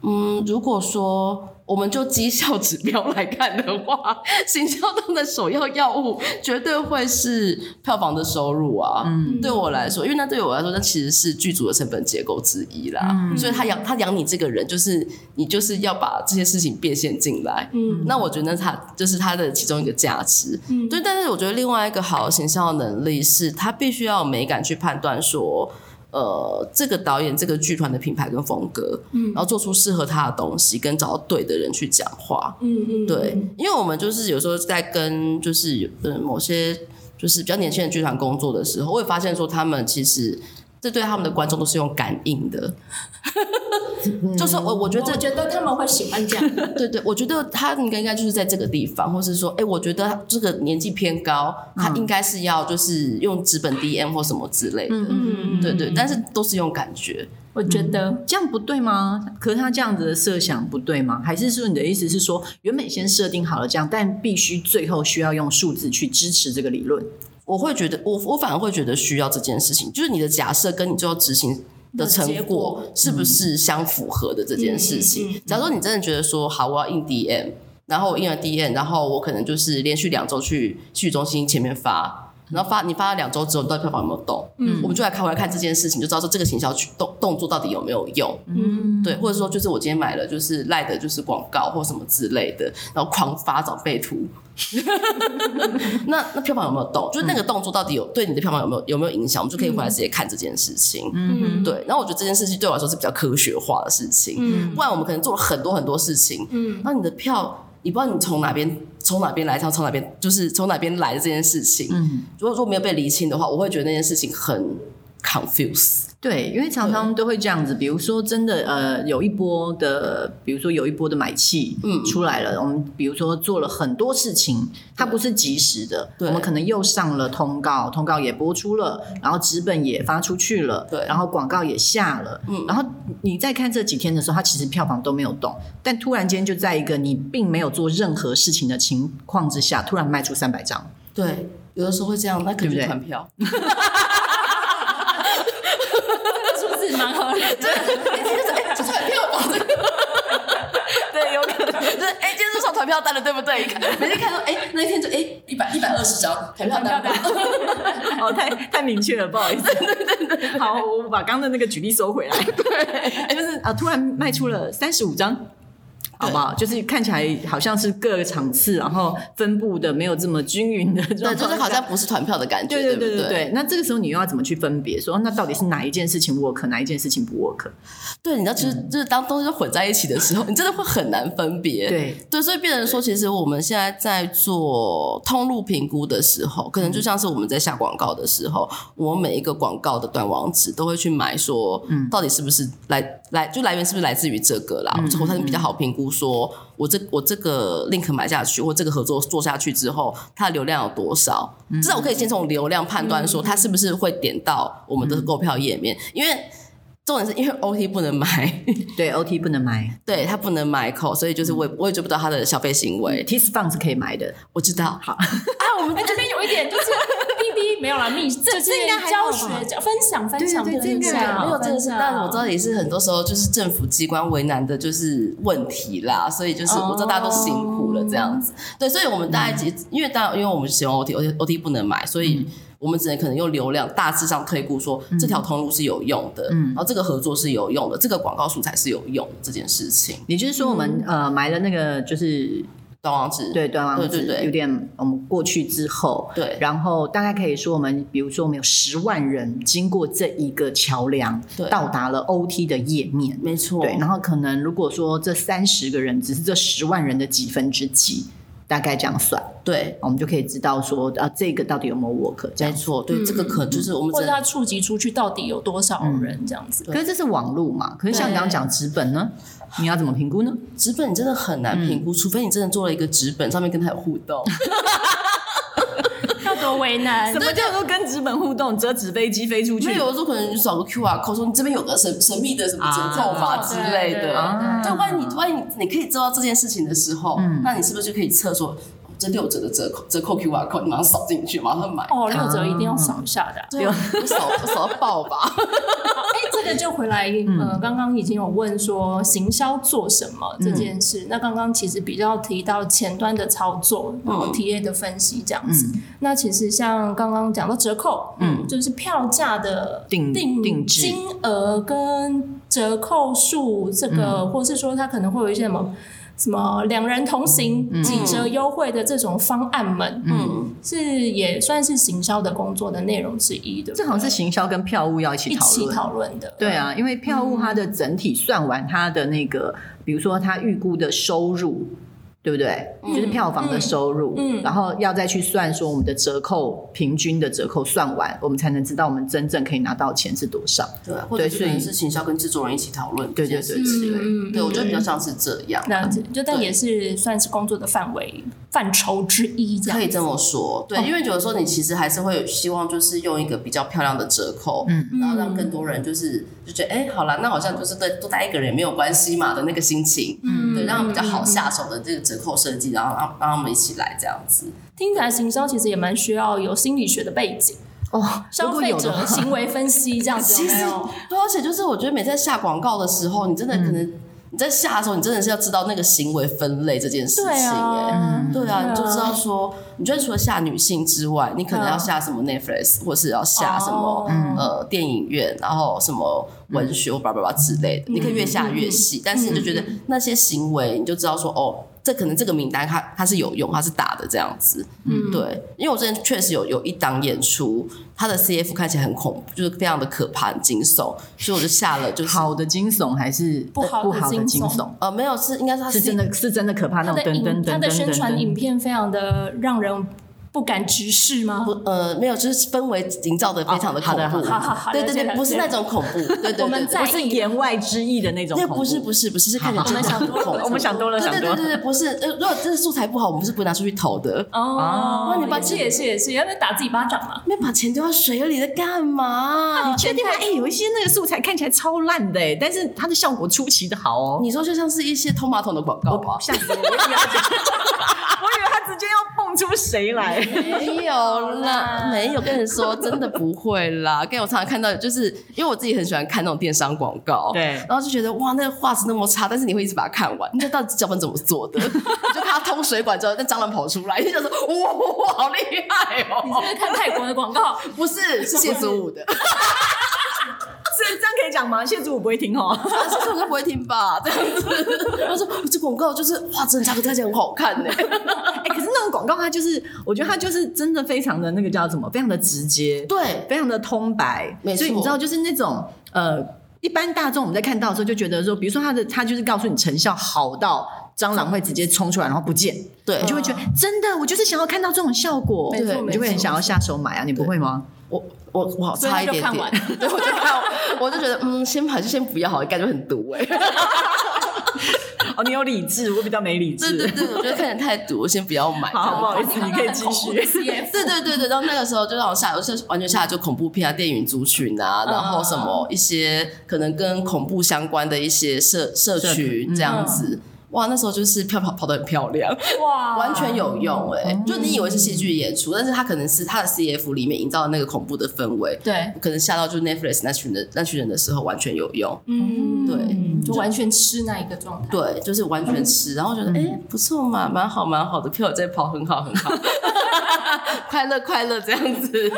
[SPEAKER 3] 嗯，如果说我我们就绩效指标来看的话， 行销中的首要药物绝对会是票房的收入啊。
[SPEAKER 1] 嗯
[SPEAKER 3] 对我来说，因为那对我来说，那其实是剧组的成本结构之一啦。
[SPEAKER 1] 嗯
[SPEAKER 3] 所以他养他养你这个人，就是你就是要把这些事情变现进来。
[SPEAKER 2] 嗯
[SPEAKER 3] 那我觉得他就是他的其中一个价值。
[SPEAKER 2] 嗯
[SPEAKER 3] 对，但是我觉得另外一个好的形象能力是，他必须要有美感去判断说，呃，这个导演、这个剧团的品牌跟风格，
[SPEAKER 2] 嗯
[SPEAKER 3] 然后做出适合他的东西，跟找到对的人去讲话。
[SPEAKER 2] 嗯嗯，
[SPEAKER 3] 对，因为我们就是有时候在跟就是有呃某些就是比较年轻的剧团工作的时候，我也发现说他们其实。这对他们的观众都是用感应的，
[SPEAKER 2] 嗯
[SPEAKER 3] 就是呃我我觉得这
[SPEAKER 2] 我觉得他们会喜欢这样，
[SPEAKER 3] 对对，我觉得他应该应该就是在这个地方，或是说，哎，我觉得他这个年纪偏高，他应该是要就是用纸本 DM 或什么之类的，
[SPEAKER 2] 嗯
[SPEAKER 3] 对对，但是都是用感觉，
[SPEAKER 2] 我觉得
[SPEAKER 1] 这样不对吗？可是他这样子的设想不对吗？还是说你的意思是说，原本先设定好了这样，但必须最后需要用数字去支持这个理论？
[SPEAKER 3] 我会觉得我我反而会觉得需要这件事情，就是你的假设跟你最后执行。的成
[SPEAKER 2] 的结
[SPEAKER 3] 果
[SPEAKER 2] 果嗯
[SPEAKER 3] 是不是相符合的这件事
[SPEAKER 2] 嗯
[SPEAKER 3] 情？
[SPEAKER 2] 嗯嗯嗯
[SPEAKER 3] 假如说你真的觉得说好，我要印 DM，然后我印了 DM，然后我可能就是连续两周去去中心前面发，然后发你发了两周之后，你到底票房有没有动？
[SPEAKER 2] 嗯
[SPEAKER 3] 我们就来看，我来看这件事情，就知道说这个行销去动动作到底有没有用。
[SPEAKER 2] 嗯
[SPEAKER 3] 对，或者说就是我今天买了就是赖的，就是广告或什么之类的，然后狂发长辈图。 那那票房有没有动？就是那个动作到底有对你的票房有没有有没有影响？我们就可以回来直接看这件事情。
[SPEAKER 2] 嗯
[SPEAKER 3] 对，然后我觉得这件事情对我来说是比较科学化的事情，
[SPEAKER 2] 嗯
[SPEAKER 3] 不然我们可能做了很多很多事情，
[SPEAKER 2] 嗯
[SPEAKER 3] 那你的票你不知道你从哪边从哪边来，然后从哪边就是从哪边来的这件事情，
[SPEAKER 1] 嗯，
[SPEAKER 3] 如果说没有被厘清的话，我会觉得那件事情很 confuse。
[SPEAKER 1] 对，因为常常都会这样子，比如说真的呃，有一波的，比如说有一波的买气
[SPEAKER 3] 嗯
[SPEAKER 1] 出来了，我们比如说做了很多事情，它不是及时的，
[SPEAKER 3] 对
[SPEAKER 1] 我们可能又上了通告，通告也播出了，然后纸本也发出去了，
[SPEAKER 3] 对
[SPEAKER 1] 然后广告也下了，
[SPEAKER 3] 嗯
[SPEAKER 1] 然后你再看这几天的时候，它其实票房都没有动，但突然间就在一个你并没有做任何事情的情况之下，突然卖出三百张，
[SPEAKER 3] 对，有的时候会这样，那可
[SPEAKER 1] 对不
[SPEAKER 3] 能就
[SPEAKER 1] 对
[SPEAKER 3] 团票。
[SPEAKER 2] 数字蛮合理的，哎
[SPEAKER 3] 这团票吧，这个。对，有可能就是哎、今天是上团票单了，对不对？一看 每天看到哎、那一天就哎一百一百二十张团票单吧，
[SPEAKER 1] 哦，太太明确了，不好意思。好，我把刚刚的那个举例收回来。 对，就是啊，突然卖出了三十五张。好不好？就是看起来好像是各个场次，然后分布的没有这么均匀的状
[SPEAKER 3] 对，
[SPEAKER 1] 况
[SPEAKER 3] 就是好
[SPEAKER 1] 下
[SPEAKER 3] 像不是团票的感觉，
[SPEAKER 1] 对对
[SPEAKER 3] 不
[SPEAKER 1] 对对对。那这个时候你又要怎么去分别？说那到底是哪一件事情 work，哪一件事情不 work？
[SPEAKER 3] 对，你知道，就是就是当东西混在一起的时候，你真的会很难分别。
[SPEAKER 1] 对，
[SPEAKER 3] 对，所以变成说，其实我们现在在做通路评估的时候，可能就像是我们在下广告的时候，我们每一个广告的短网址都会去买说，到底是不是来来就来源是不是来自于这个啦？我才能比较好评估说，我这我这个 link 买下去，或这个合作做下去之后，它的流量有多少？至少我可以先从流量判断说，它是不是会点到我们的购票页面，因为。重点是因为 OT 不能买，
[SPEAKER 1] 对，OT 不能买
[SPEAKER 3] 对他不能买口，所以就是
[SPEAKER 2] 嗯
[SPEAKER 3] 我也我也追不到他的消费行为。
[SPEAKER 1] t i s f u n 是可以买的。
[SPEAKER 3] 我知道，
[SPEAKER 1] 好，
[SPEAKER 3] 啊，我们
[SPEAKER 2] 哎，这边有一点就是 B B 没有啦，密这
[SPEAKER 3] 这应该还好
[SPEAKER 2] 教
[SPEAKER 3] 吧
[SPEAKER 2] 学教分享分享，
[SPEAKER 1] 对对这应该
[SPEAKER 2] 分享
[SPEAKER 1] 还好
[SPEAKER 3] 没有这个是，
[SPEAKER 2] 分享
[SPEAKER 3] 但是我知道也是很多时候就是政府机关为难的，就是问题啦，所以就是
[SPEAKER 2] 哦
[SPEAKER 3] 我知道大家都辛苦了这样子，对，所以我们大
[SPEAKER 2] 嗯
[SPEAKER 3] 概其因为当然因为我们使用 OT OT OT 不能买，所以。我们只能可能用流量大致上推估说
[SPEAKER 2] 嗯
[SPEAKER 3] 这条通路是有用的，然后这个合作是有用的，这个广告素材是有用的这件事情，
[SPEAKER 1] 也就是说，我们呃买了那个就是
[SPEAKER 3] 懂网址
[SPEAKER 1] 对端网
[SPEAKER 3] 嗯对对
[SPEAKER 1] 址
[SPEAKER 3] 对
[SPEAKER 1] 有点我们过去之后，
[SPEAKER 3] 对
[SPEAKER 1] 然后大概可以说我们比如说我们有十万人经过这一个桥梁
[SPEAKER 3] 对，
[SPEAKER 1] 到达了 OT 的页面。
[SPEAKER 3] 没错，
[SPEAKER 1] 对，然后可能如果说这三十个人只是这十万人的几分之几，大概这样算，
[SPEAKER 3] 对，
[SPEAKER 1] 我们就可以知道说，呃，这个到底有没有 work 这
[SPEAKER 3] 没
[SPEAKER 1] 样。
[SPEAKER 3] 错，对，
[SPEAKER 2] 嗯
[SPEAKER 3] 这个可就是我们
[SPEAKER 2] 或
[SPEAKER 3] 只
[SPEAKER 2] 者
[SPEAKER 3] 能
[SPEAKER 2] 它触及出去到底有多少人这样子。
[SPEAKER 1] 可是这是网络嘛？可是像你刚刚讲纸本呢，你要怎么评估呢？
[SPEAKER 3] 纸本你真的很难
[SPEAKER 1] 嗯
[SPEAKER 3] 评估，除非你真的做了一个纸本，上面跟他有互 动。
[SPEAKER 2] 要多为难，
[SPEAKER 1] 么叫做跟纸本互动？折纸飞机飞出
[SPEAKER 3] 因为有的时候可能你扫个 QR code，说你这边有个神神秘的什么折扣码之类
[SPEAKER 2] 对对
[SPEAKER 3] 的。
[SPEAKER 2] 对
[SPEAKER 1] 啊嗯
[SPEAKER 3] 就万一你万一你可以知道这件事情的时候，那你是不是就可以测说？哦这六折的折扣折扣 QR code，你马上扫进去，马上买。
[SPEAKER 2] 哦，六折一定要扫一下的啊、
[SPEAKER 3] 对啊，我扫我扫到爆 吧！
[SPEAKER 2] 哎，这个就回来，
[SPEAKER 1] 嗯
[SPEAKER 2] 呃，刚刚已经有问说行销做什么这件
[SPEAKER 1] 嗯
[SPEAKER 2] 事。那刚刚其实比较提到前端的操作，然
[SPEAKER 1] 嗯
[SPEAKER 2] 后 TA 的分析这样子。那其实像刚刚讲到折扣，嗯，就是票价的
[SPEAKER 1] 定
[SPEAKER 2] 定
[SPEAKER 1] 定制
[SPEAKER 2] 金额跟折扣数，这个、
[SPEAKER 1] 嗯
[SPEAKER 2] 或是说它可能会有一些什么。什么两人同行、
[SPEAKER 1] 嗯
[SPEAKER 2] 几折优惠的这种方案们，嗯，是也算是行销的工作的内容之一的。
[SPEAKER 1] 这好像是行销跟票务要一起
[SPEAKER 2] 一
[SPEAKER 1] 讨
[SPEAKER 2] 起
[SPEAKER 1] 论。
[SPEAKER 2] 讨论的，嗯
[SPEAKER 1] 对啊，因为票务它的整体算完它的那个，比如说它预估的收入，对不对？就是票房的收入，
[SPEAKER 2] 嗯
[SPEAKER 1] 然后要再去算说我们的折扣平均的折扣算完，我们才能知道我们真正可以拿到钱是多少。
[SPEAKER 3] 对，啊或者是
[SPEAKER 1] 所
[SPEAKER 3] 可
[SPEAKER 1] 以
[SPEAKER 3] 能是行销跟制作人一起讨论
[SPEAKER 1] 对
[SPEAKER 3] 这
[SPEAKER 1] 对
[SPEAKER 3] 件事
[SPEAKER 1] 对
[SPEAKER 3] 情。
[SPEAKER 1] 对对，
[SPEAKER 2] 嗯，嗯
[SPEAKER 3] 对，我觉得比较像是这样，
[SPEAKER 2] 那就但
[SPEAKER 3] 对
[SPEAKER 2] 也是算是工作的范围范畴之一，这样
[SPEAKER 3] 可以这么说。
[SPEAKER 1] 哦
[SPEAKER 3] 对，因为有的时候你其实还是会希望，就是用一个比较漂亮的折扣，嗯，然后让更多人就是就觉得，哎，好了，那好像就是对多带一个人也没有关系嘛的那个心情，嗯，对，让比较好下手的这个折扣设
[SPEAKER 2] 嗯
[SPEAKER 3] 计，然后让让他们一起来这样子。
[SPEAKER 2] 听起来行销其实也蛮需要有心理学的背景，
[SPEAKER 1] 哦，如
[SPEAKER 2] 消
[SPEAKER 1] 果
[SPEAKER 2] 费
[SPEAKER 1] 有的
[SPEAKER 2] 者
[SPEAKER 1] 话，
[SPEAKER 2] 行为分析这样子有啊没有？
[SPEAKER 3] 对，而且就是我觉得每次在下广告的时候，你真的可能、
[SPEAKER 2] 嗯
[SPEAKER 3] 你在下的时候，你真的是要知道那个行为分类这件事情、
[SPEAKER 2] 对
[SPEAKER 3] 哎、
[SPEAKER 2] 啊，
[SPEAKER 3] 对啊，
[SPEAKER 2] 对啊
[SPEAKER 3] 你就知道说，你觉得除了下女性之外，你可能
[SPEAKER 2] 嗯
[SPEAKER 3] 要下什么 Netflix，或是要下什么、
[SPEAKER 2] 哦嗯
[SPEAKER 3] 呃电影院，然后什么文学叭叭叭之类
[SPEAKER 2] 嗯
[SPEAKER 3] 的，你可以越下越细，但是你就觉得那些行为，你就知道说哦。这可能这个名单它它是有用，它是打的这样子，嗯，对，因为我之前确实有有一档演出，它的 CF 看起来很恐怖，就是非常的可怕、很惊悚，所以我就下了，就是
[SPEAKER 1] 好的惊悚还是不
[SPEAKER 2] 好的
[SPEAKER 1] 好的
[SPEAKER 2] 惊
[SPEAKER 1] 惊
[SPEAKER 2] 悚
[SPEAKER 1] 悚，
[SPEAKER 3] 呃没有是应该是它
[SPEAKER 1] 是真的是真的可怕那
[SPEAKER 2] 它
[SPEAKER 1] 种
[SPEAKER 2] 的
[SPEAKER 1] 噔
[SPEAKER 2] 影
[SPEAKER 1] 噔噔
[SPEAKER 2] 它
[SPEAKER 1] 噔
[SPEAKER 2] 的宣
[SPEAKER 1] 噔
[SPEAKER 2] 传影
[SPEAKER 1] 噔。
[SPEAKER 2] 片非常的让人不敢直视吗哦
[SPEAKER 3] 不？呃没有，就是氛围营造的非常的
[SPEAKER 1] 哦好
[SPEAKER 3] 恐
[SPEAKER 1] 的
[SPEAKER 3] 怖，
[SPEAKER 2] 好好好
[SPEAKER 3] 对
[SPEAKER 2] 了
[SPEAKER 3] 对
[SPEAKER 2] 解
[SPEAKER 3] 对，
[SPEAKER 2] 了
[SPEAKER 3] 不是
[SPEAKER 2] 解
[SPEAKER 3] 那种恐怖，对对
[SPEAKER 2] 我们
[SPEAKER 3] 对，
[SPEAKER 2] 在
[SPEAKER 1] 不是言外之意的那种
[SPEAKER 3] 那
[SPEAKER 1] 恐怖，
[SPEAKER 3] 不是不是不是是看起来
[SPEAKER 1] 好
[SPEAKER 2] 我们想多了，
[SPEAKER 1] 我们想多了，
[SPEAKER 3] 对
[SPEAKER 1] 想
[SPEAKER 3] 对
[SPEAKER 1] 多
[SPEAKER 3] 对对
[SPEAKER 1] 了。
[SPEAKER 3] 对，不是，呃如果这个素材不好，我们是不会拿出去投的。
[SPEAKER 2] 哦，
[SPEAKER 3] 那你把
[SPEAKER 2] 也是也是也是，要不要打自己巴掌嘛？
[SPEAKER 3] 那把钱丢到水里在 干嘛？
[SPEAKER 1] 确定吗？哎、有一些那个素材看起来超烂的、哎，但是它的效果出奇的好哦。
[SPEAKER 3] 你说就像是一些通马桶的广告吧？
[SPEAKER 1] 吓死我！我以为他直接我以为他直接要蹦出谁来。
[SPEAKER 3] 没有啦，没有跟你说，真的不会 啦。跟我常常看到，就是因为我自己很喜欢看那种电商广告，
[SPEAKER 1] 对
[SPEAKER 3] 然后就觉得哇，那个画质那么差，但是你会一直把它看 完。你知道到底脚本怎么做的？就看它通水管之后，那蟑螂跑出来，就想说哇哇，好厉害
[SPEAKER 2] 你是
[SPEAKER 3] 哦！
[SPEAKER 2] 不是看泰国的广告？
[SPEAKER 3] 不是，是谢祖武的，
[SPEAKER 1] 这这样可以讲吗？谢祖武不会听哦。
[SPEAKER 3] 这首歌不会听吧？这样子，他说哦这广告就是哇，真的价格看起来很好看呢、
[SPEAKER 1] 哎、可是那种广告，它就是，我觉得它就是真的非常的那个叫什么，非常的直接，
[SPEAKER 3] 对，
[SPEAKER 1] 非常的通白。
[SPEAKER 3] 没错
[SPEAKER 1] 所以你知道，就是那种呃，一般大众我们在看到的时候就觉得说，比如说它的，它就是告诉你成效好到蟑螂会直接冲出来，然后不见，
[SPEAKER 3] 对
[SPEAKER 1] 你就会觉得真的，我就是想要看到这种效果，
[SPEAKER 2] 没错
[SPEAKER 1] 对你就会
[SPEAKER 2] 没
[SPEAKER 1] 很
[SPEAKER 2] 错
[SPEAKER 1] 想要下手买啊，你不会吗？
[SPEAKER 3] 我我我好
[SPEAKER 2] 所以
[SPEAKER 3] 差一
[SPEAKER 2] 他就
[SPEAKER 3] 点
[SPEAKER 2] 看完
[SPEAKER 3] 点，对，我就看完，我就觉得嗯，先还是先不要好了，感觉很毒哎、
[SPEAKER 1] 哦，你有理智，我比较没理智。
[SPEAKER 3] 对对对，我觉得看起来太毒，我先不要买。
[SPEAKER 1] 好，哦不好意
[SPEAKER 2] 你
[SPEAKER 1] 思，
[SPEAKER 2] 刚
[SPEAKER 1] 你
[SPEAKER 2] 刚
[SPEAKER 1] 可以
[SPEAKER 2] 很
[SPEAKER 1] 继
[SPEAKER 2] 恐 怖的
[SPEAKER 1] 续。
[SPEAKER 2] CF
[SPEAKER 3] 对对对对，然后那个时候就让我下，我是完全下来就恐怖片啊、电影族群啊，然后什么一些可能跟恐怖相关的一些社社群嗯这样子。哇，那时候就是票跑跑得很漂亮，
[SPEAKER 2] 哇，
[SPEAKER 3] 完全有用哎、就你以为是戏剧演出，但是它可能是它的 CF 里面营造的那个恐怖的氛围，
[SPEAKER 2] 对，
[SPEAKER 3] 可能下到就 Netflix 那群人那群人的时候完全有用。
[SPEAKER 2] 嗯，
[SPEAKER 3] 对
[SPEAKER 2] 就完全吃那一个状态。
[SPEAKER 3] 对，就是完全吃，然后觉得哎、诶不错嘛，蛮好蛮好的，票在跑很好很好， 快乐快乐这样子。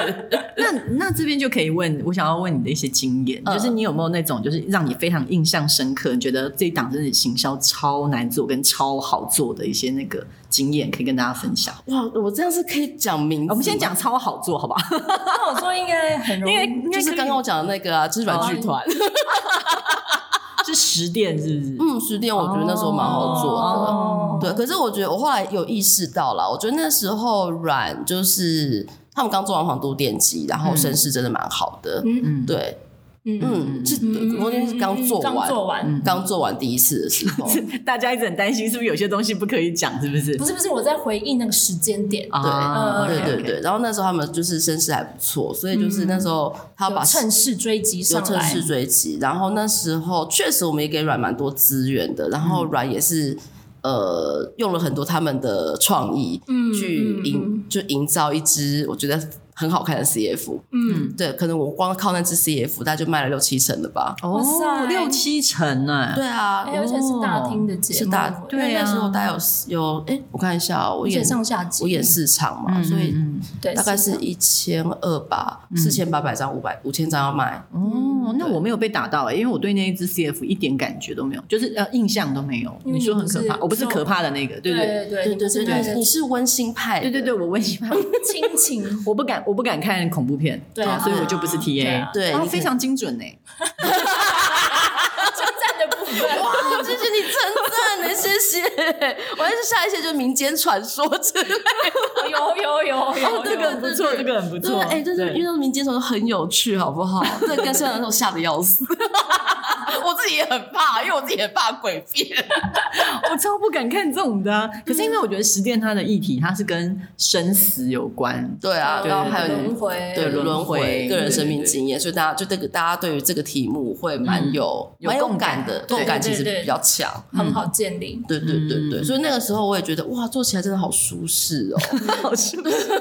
[SPEAKER 1] 那那这边就可以问我想要问你的一些经验，
[SPEAKER 3] 嗯
[SPEAKER 1] 就是你有没有那种就是让你非常印象深刻，你觉得这一档真的行销超难做跟超好做的一些那个经验，可以跟大家分享。
[SPEAKER 3] 哇，我这样是可以讲名字吗，
[SPEAKER 1] 我们先讲超好做，好吧？
[SPEAKER 2] 那我说应该很容易，
[SPEAKER 1] 因为应该
[SPEAKER 3] 就是
[SPEAKER 1] 可以
[SPEAKER 3] 刚刚我讲的那个啊，就是软剧团，
[SPEAKER 1] 是十店是哦不是？
[SPEAKER 3] 嗯，十点我觉得那时候蛮好做的。
[SPEAKER 1] 哦
[SPEAKER 3] 对，可是我觉得我后来有意识到了，我觉得那时候软就是他们刚做完《皇都电机》，然后声势真的蛮好的。
[SPEAKER 2] 嗯
[SPEAKER 3] 嗯，对，
[SPEAKER 2] 嗯
[SPEAKER 3] 嗯，是《皇都电机》刚做
[SPEAKER 2] 刚
[SPEAKER 3] 完，
[SPEAKER 2] 做完，
[SPEAKER 3] 刚做完第一次的时候，
[SPEAKER 1] 大家一直很担心，是不是有些东西不可以讲？是不是？
[SPEAKER 2] 不是不是，我在回忆那个时间点，
[SPEAKER 1] 啊，
[SPEAKER 3] 对
[SPEAKER 2] 嗯
[SPEAKER 3] 对对，然后那时候他们就是声势还不错，所以就是那时候他
[SPEAKER 2] 有
[SPEAKER 3] 把
[SPEAKER 2] 趁势追击
[SPEAKER 3] 有
[SPEAKER 2] 上
[SPEAKER 3] 趁
[SPEAKER 2] 来
[SPEAKER 3] 势，
[SPEAKER 2] 嗯
[SPEAKER 3] 追击，然后那时候确实我们也给软蛮多资源的，然后软也是。呃用了很多他们的创意，
[SPEAKER 2] 嗯
[SPEAKER 3] 去
[SPEAKER 2] 嗯
[SPEAKER 3] 营就营造一支我觉得很好看的 CF。
[SPEAKER 2] 嗯，
[SPEAKER 3] 对，可能我光靠那支 CF，大概就卖了六七成了吧。
[SPEAKER 2] 哇
[SPEAKER 1] 哦，
[SPEAKER 2] 塞
[SPEAKER 1] 六七成呢，
[SPEAKER 3] 对啊，
[SPEAKER 2] 哎而且是大厅的节目，
[SPEAKER 3] 是大，因为
[SPEAKER 1] 对啊
[SPEAKER 3] 那时候大概有有，哎、我看一下哦，我
[SPEAKER 2] 而
[SPEAKER 3] 演
[SPEAKER 2] 且上下集，
[SPEAKER 3] 我演四场嘛，
[SPEAKER 1] 嗯
[SPEAKER 3] 哦所以
[SPEAKER 1] 嗯
[SPEAKER 2] 对，
[SPEAKER 3] 大概是一千二吧，四千八百张，五百五千张要卖。
[SPEAKER 1] 嗯哦，那我没有被打到欸，因为我对那一只 CF 一点感觉都没有，就是呃印象都没有。
[SPEAKER 2] 因
[SPEAKER 1] 你
[SPEAKER 2] 为你
[SPEAKER 1] 说很可怕，
[SPEAKER 2] 不是
[SPEAKER 1] 我不是可怕的那个，对不对？
[SPEAKER 2] 对对对
[SPEAKER 3] 对
[SPEAKER 2] 对
[SPEAKER 3] 对，
[SPEAKER 2] 对，
[SPEAKER 3] 你是温馨派的，
[SPEAKER 1] 对对对，我问你，
[SPEAKER 2] 亲情，
[SPEAKER 1] 我不敢，我不敢看恐怖片，
[SPEAKER 2] 对啊
[SPEAKER 1] 哦所以我就不是 T
[SPEAKER 2] 对
[SPEAKER 1] A，
[SPEAKER 2] 啊
[SPEAKER 3] 对
[SPEAKER 1] 然后
[SPEAKER 3] 你
[SPEAKER 1] 非常精准呢。欸
[SPEAKER 2] 称赞的部分，
[SPEAKER 3] 哇， 谢谢你称赞呢，谢谢。我还是下一些就是民间传说之类的。
[SPEAKER 2] 有有有有，
[SPEAKER 1] 这个很不错，这个很不
[SPEAKER 3] 对，
[SPEAKER 1] 错。
[SPEAKER 3] 哎，但是遇到民间传说很有趣，好不好？对，跟现在那种吓得要死。 我自己也很怕，因为我自己也怕鬼片。
[SPEAKER 1] 我超不敢看这种的啊。可是因为我觉得十殿它的议题，它是跟生死有关，
[SPEAKER 3] 对啊，
[SPEAKER 2] 对
[SPEAKER 3] 然后还有
[SPEAKER 2] 轮回
[SPEAKER 3] 对
[SPEAKER 1] 轮
[SPEAKER 3] 轮
[SPEAKER 1] 回
[SPEAKER 3] 回个人生
[SPEAKER 1] 对
[SPEAKER 3] 命
[SPEAKER 1] 对
[SPEAKER 3] 经验，所以大家就这个大家对于这个题目会蛮有
[SPEAKER 1] 有
[SPEAKER 3] 蛮有
[SPEAKER 1] 共感
[SPEAKER 3] 感的，
[SPEAKER 1] 对
[SPEAKER 3] 共感其实
[SPEAKER 2] 对对
[SPEAKER 3] 比较强。
[SPEAKER 2] 很好建立，
[SPEAKER 3] 对对对对，
[SPEAKER 1] 嗯
[SPEAKER 3] 所以那个时候我也觉得哇，做起来真的好舒适哦。
[SPEAKER 1] 好是不是？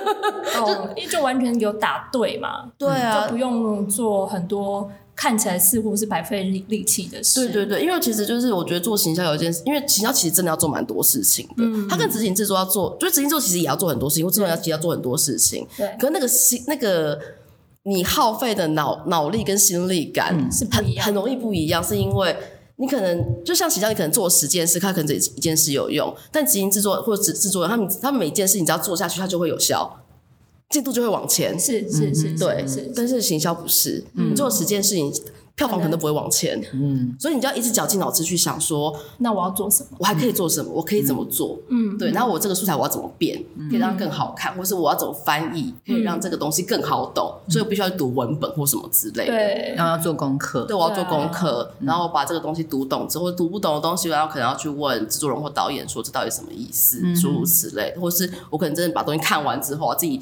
[SPEAKER 2] 哦，就完全有打对嘛，
[SPEAKER 3] 对啊
[SPEAKER 2] 就不，用做很多看起来似乎是白费力力气的事。
[SPEAKER 3] 对对对，因为其实就是我觉得做行销有一件事，因为行销其实真的要做蛮多事情的，它跟执行制作要做，就是执行制作其实也要做很多事情，我制作要其实要做很多事情，
[SPEAKER 2] 对
[SPEAKER 3] 可是那个心那个。你耗费的脑脑力跟心力感、
[SPEAKER 2] 是不
[SPEAKER 3] 很
[SPEAKER 2] 一样的
[SPEAKER 3] 很容易不一样，是因为你可能就像形象，你可能做十件事，它可能只一件事有用，但执行制作或者制制作人，他们他们每一件事你只要做下去，它就会有效，进度就会往前。
[SPEAKER 2] 是是是，
[SPEAKER 3] 对，
[SPEAKER 2] 是
[SPEAKER 3] 但是行销不是，你做十件事情，票房可能都不会往前，嗯，所以你就要一直绞尽脑汁去想说，
[SPEAKER 2] 那我要做什么？
[SPEAKER 3] 我还可以做什么，我可以怎么做，
[SPEAKER 2] 嗯，
[SPEAKER 3] 对，然后我这个素材我要怎么变，可以让它更好看，或是我要怎么翻译，可以让这个东西更好懂，所以我必须要读文本或什么之类的。
[SPEAKER 2] 对
[SPEAKER 1] 然后要做功课
[SPEAKER 3] 对，，我要做功课，然后把这个东西读懂之后，读不懂的东西，然后可能要去问制作人或导演说这到底什么意思，诸如此类，或是我可能真的把东西看完之后，啊自己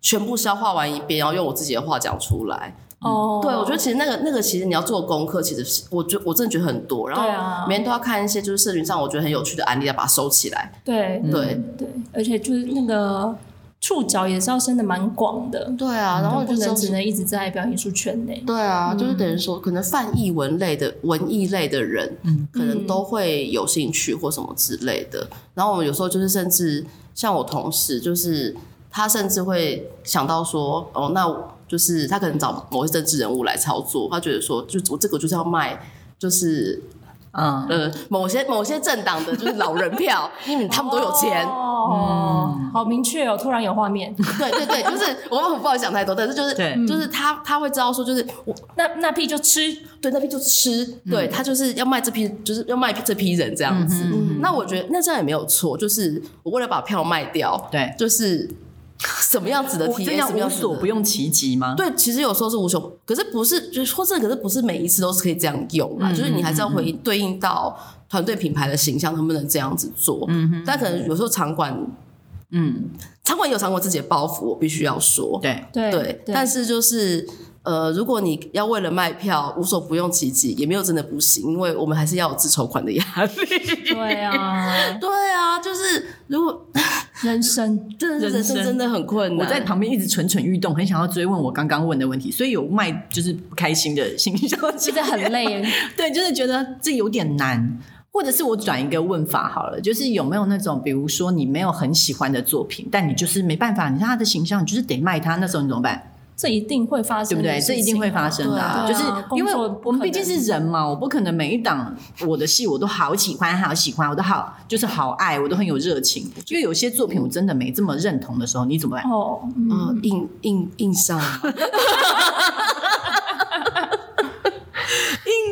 [SPEAKER 3] 全部消化完一遍，然后用我自己的话讲出来。
[SPEAKER 2] 哦，
[SPEAKER 3] 对，我觉得其实那个那个其实你要做功课，其实是我觉我真的觉得很多，然
[SPEAKER 2] 对啊
[SPEAKER 3] 后每天都要看一些就是社群上我觉得很有趣的案例，要把它收起来。
[SPEAKER 2] 对
[SPEAKER 3] 对、
[SPEAKER 2] 对，而且就是那个触角也是要伸的蛮广的，
[SPEAKER 3] 对啊，然后
[SPEAKER 2] 嗯不
[SPEAKER 3] 就
[SPEAKER 2] 能
[SPEAKER 3] 收
[SPEAKER 2] 只
[SPEAKER 3] 起。
[SPEAKER 2] 能嗯一直在表演艺术圈内。
[SPEAKER 3] 对啊，就是等于说，可能泛译文类的文艺类的人，
[SPEAKER 2] 嗯
[SPEAKER 3] 嗯可能都会有兴趣或什么之类的。然后我们有时候就是，甚至像我同事，就是他甚至会想到说，哦，那我就是他可能找某些政治人物来操作，他觉得说，就我这个就是要卖，就是
[SPEAKER 1] 嗯，
[SPEAKER 3] 呃，某些某些政党的就是老人票，因为他们都有钱。嗯
[SPEAKER 2] 哦，好明确哦，突然有画 面。
[SPEAKER 3] 对对对，就是我很不好意思讲太多，但是就是
[SPEAKER 1] 对
[SPEAKER 3] 就是他他会知道说，就是我
[SPEAKER 2] 那那批就吃，
[SPEAKER 3] 对那批就吃，对他就是要卖这批，就是要卖这批人这样子。那我觉得那这样也没有错，就是我为了把票卖掉，
[SPEAKER 1] 对
[SPEAKER 3] 就是什么样子的
[SPEAKER 1] 我
[SPEAKER 3] 体
[SPEAKER 1] 这
[SPEAKER 3] 验，
[SPEAKER 1] 叫
[SPEAKER 3] 什么样
[SPEAKER 1] 无
[SPEAKER 3] 子
[SPEAKER 1] 所
[SPEAKER 3] 的
[SPEAKER 1] 不。用其极吗？
[SPEAKER 3] 对，其实有时候是无穷，可是不是，就是说真的，可是不是每一次都是可以这样用啦，就是你还是要回应对应到团队品牌的形象，能不能这样子做？嗯，但可能有时候场馆，
[SPEAKER 1] 嗯，
[SPEAKER 3] 场馆有场馆自己的包袱，我必须要说，
[SPEAKER 1] 对，
[SPEAKER 2] 对
[SPEAKER 3] 对，
[SPEAKER 2] 对，
[SPEAKER 3] 但是就是。呃，如果你要为了卖票无所不用其极，也没有真的不行，因为我们还是要有自筹款的压力。
[SPEAKER 2] 对啊，
[SPEAKER 3] 对啊，就是如果
[SPEAKER 2] 人生
[SPEAKER 3] 真的是人
[SPEAKER 1] 人
[SPEAKER 3] 生
[SPEAKER 1] 生
[SPEAKER 3] 真的很困难，
[SPEAKER 1] 我在旁边一直蠢蠢欲动，很想要追问我刚刚问的问题，所以有卖就是不开心的行销
[SPEAKER 2] 真 的很累，
[SPEAKER 1] 对，就是觉得这有点难。或者是我转一个问法好了，就是有没有那种，比如说你没有很喜欢的作品，但你就是没办法，你看他的形象，你就是得卖他，那时候你怎么办？
[SPEAKER 2] 这一定会发
[SPEAKER 1] 对
[SPEAKER 2] 生
[SPEAKER 1] 不
[SPEAKER 2] 的事情啊，
[SPEAKER 1] 对？这一定会发生的啊、
[SPEAKER 2] 对
[SPEAKER 1] 就
[SPEAKER 2] 啊
[SPEAKER 1] 是因为
[SPEAKER 2] 工作不
[SPEAKER 1] 我
[SPEAKER 2] 可能
[SPEAKER 1] 们毕竟是人嘛，我不可能每一档我的戏我都好喜欢，好喜欢，我都好就是好爱，我都很有热情。因为有些作品我真的没这么认同的时候，你怎么办？
[SPEAKER 2] 哦，
[SPEAKER 3] 嗯，硬硬硬上啊，
[SPEAKER 1] 硬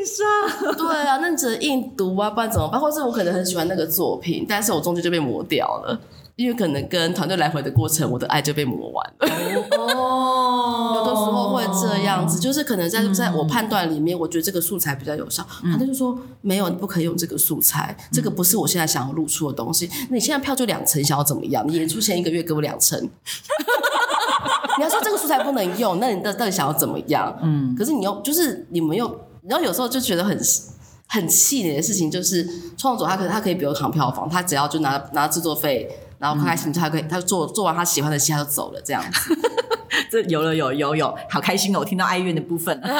[SPEAKER 1] 伤。
[SPEAKER 3] 对啊，那你只能硬读啊，不然怎么办？或是我可能很喜欢那个作品，但是我中间就被磨掉了，因为可能跟团队来回的过程，我的爱就被磨完了。
[SPEAKER 2] 哦，
[SPEAKER 3] 有的时候会这样子，就是可能在在我判断里面，我觉得这个素材比较有效，他就说没有，你不可以用这个素材，这个不是我现在想要露出的东西。你现在票就两成，想要怎么样？你演出前一个月给我两成。你要说这个素材不能用，那你到到底想要怎么样？嗯，可是你又就是你们又，然后有时候就觉得很很气馁的事情，就是创作者他可他可以不用扛票房，他只要就拿拿制作费，然后开心，他可以他做做完他喜欢的戏他就走了这样子。
[SPEAKER 1] 这有了有有有，好开心哦！我听到哀怨的部 分，
[SPEAKER 3] 嗯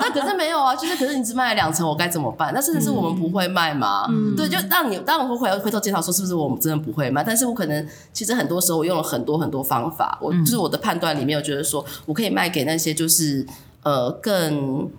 [SPEAKER 3] 但可是没有啊，就是可是你只卖了两成，我该怎么办？那甚至是我们不会卖嘛？
[SPEAKER 1] 嗯
[SPEAKER 3] 对，就让你当然会回回头检讨说是不是我们真的不会卖？但是我可能其实很多时候我用了很多很多方法，我
[SPEAKER 1] 嗯
[SPEAKER 3] 就是我的判断里面，我觉得说我可以卖给那些就是呃更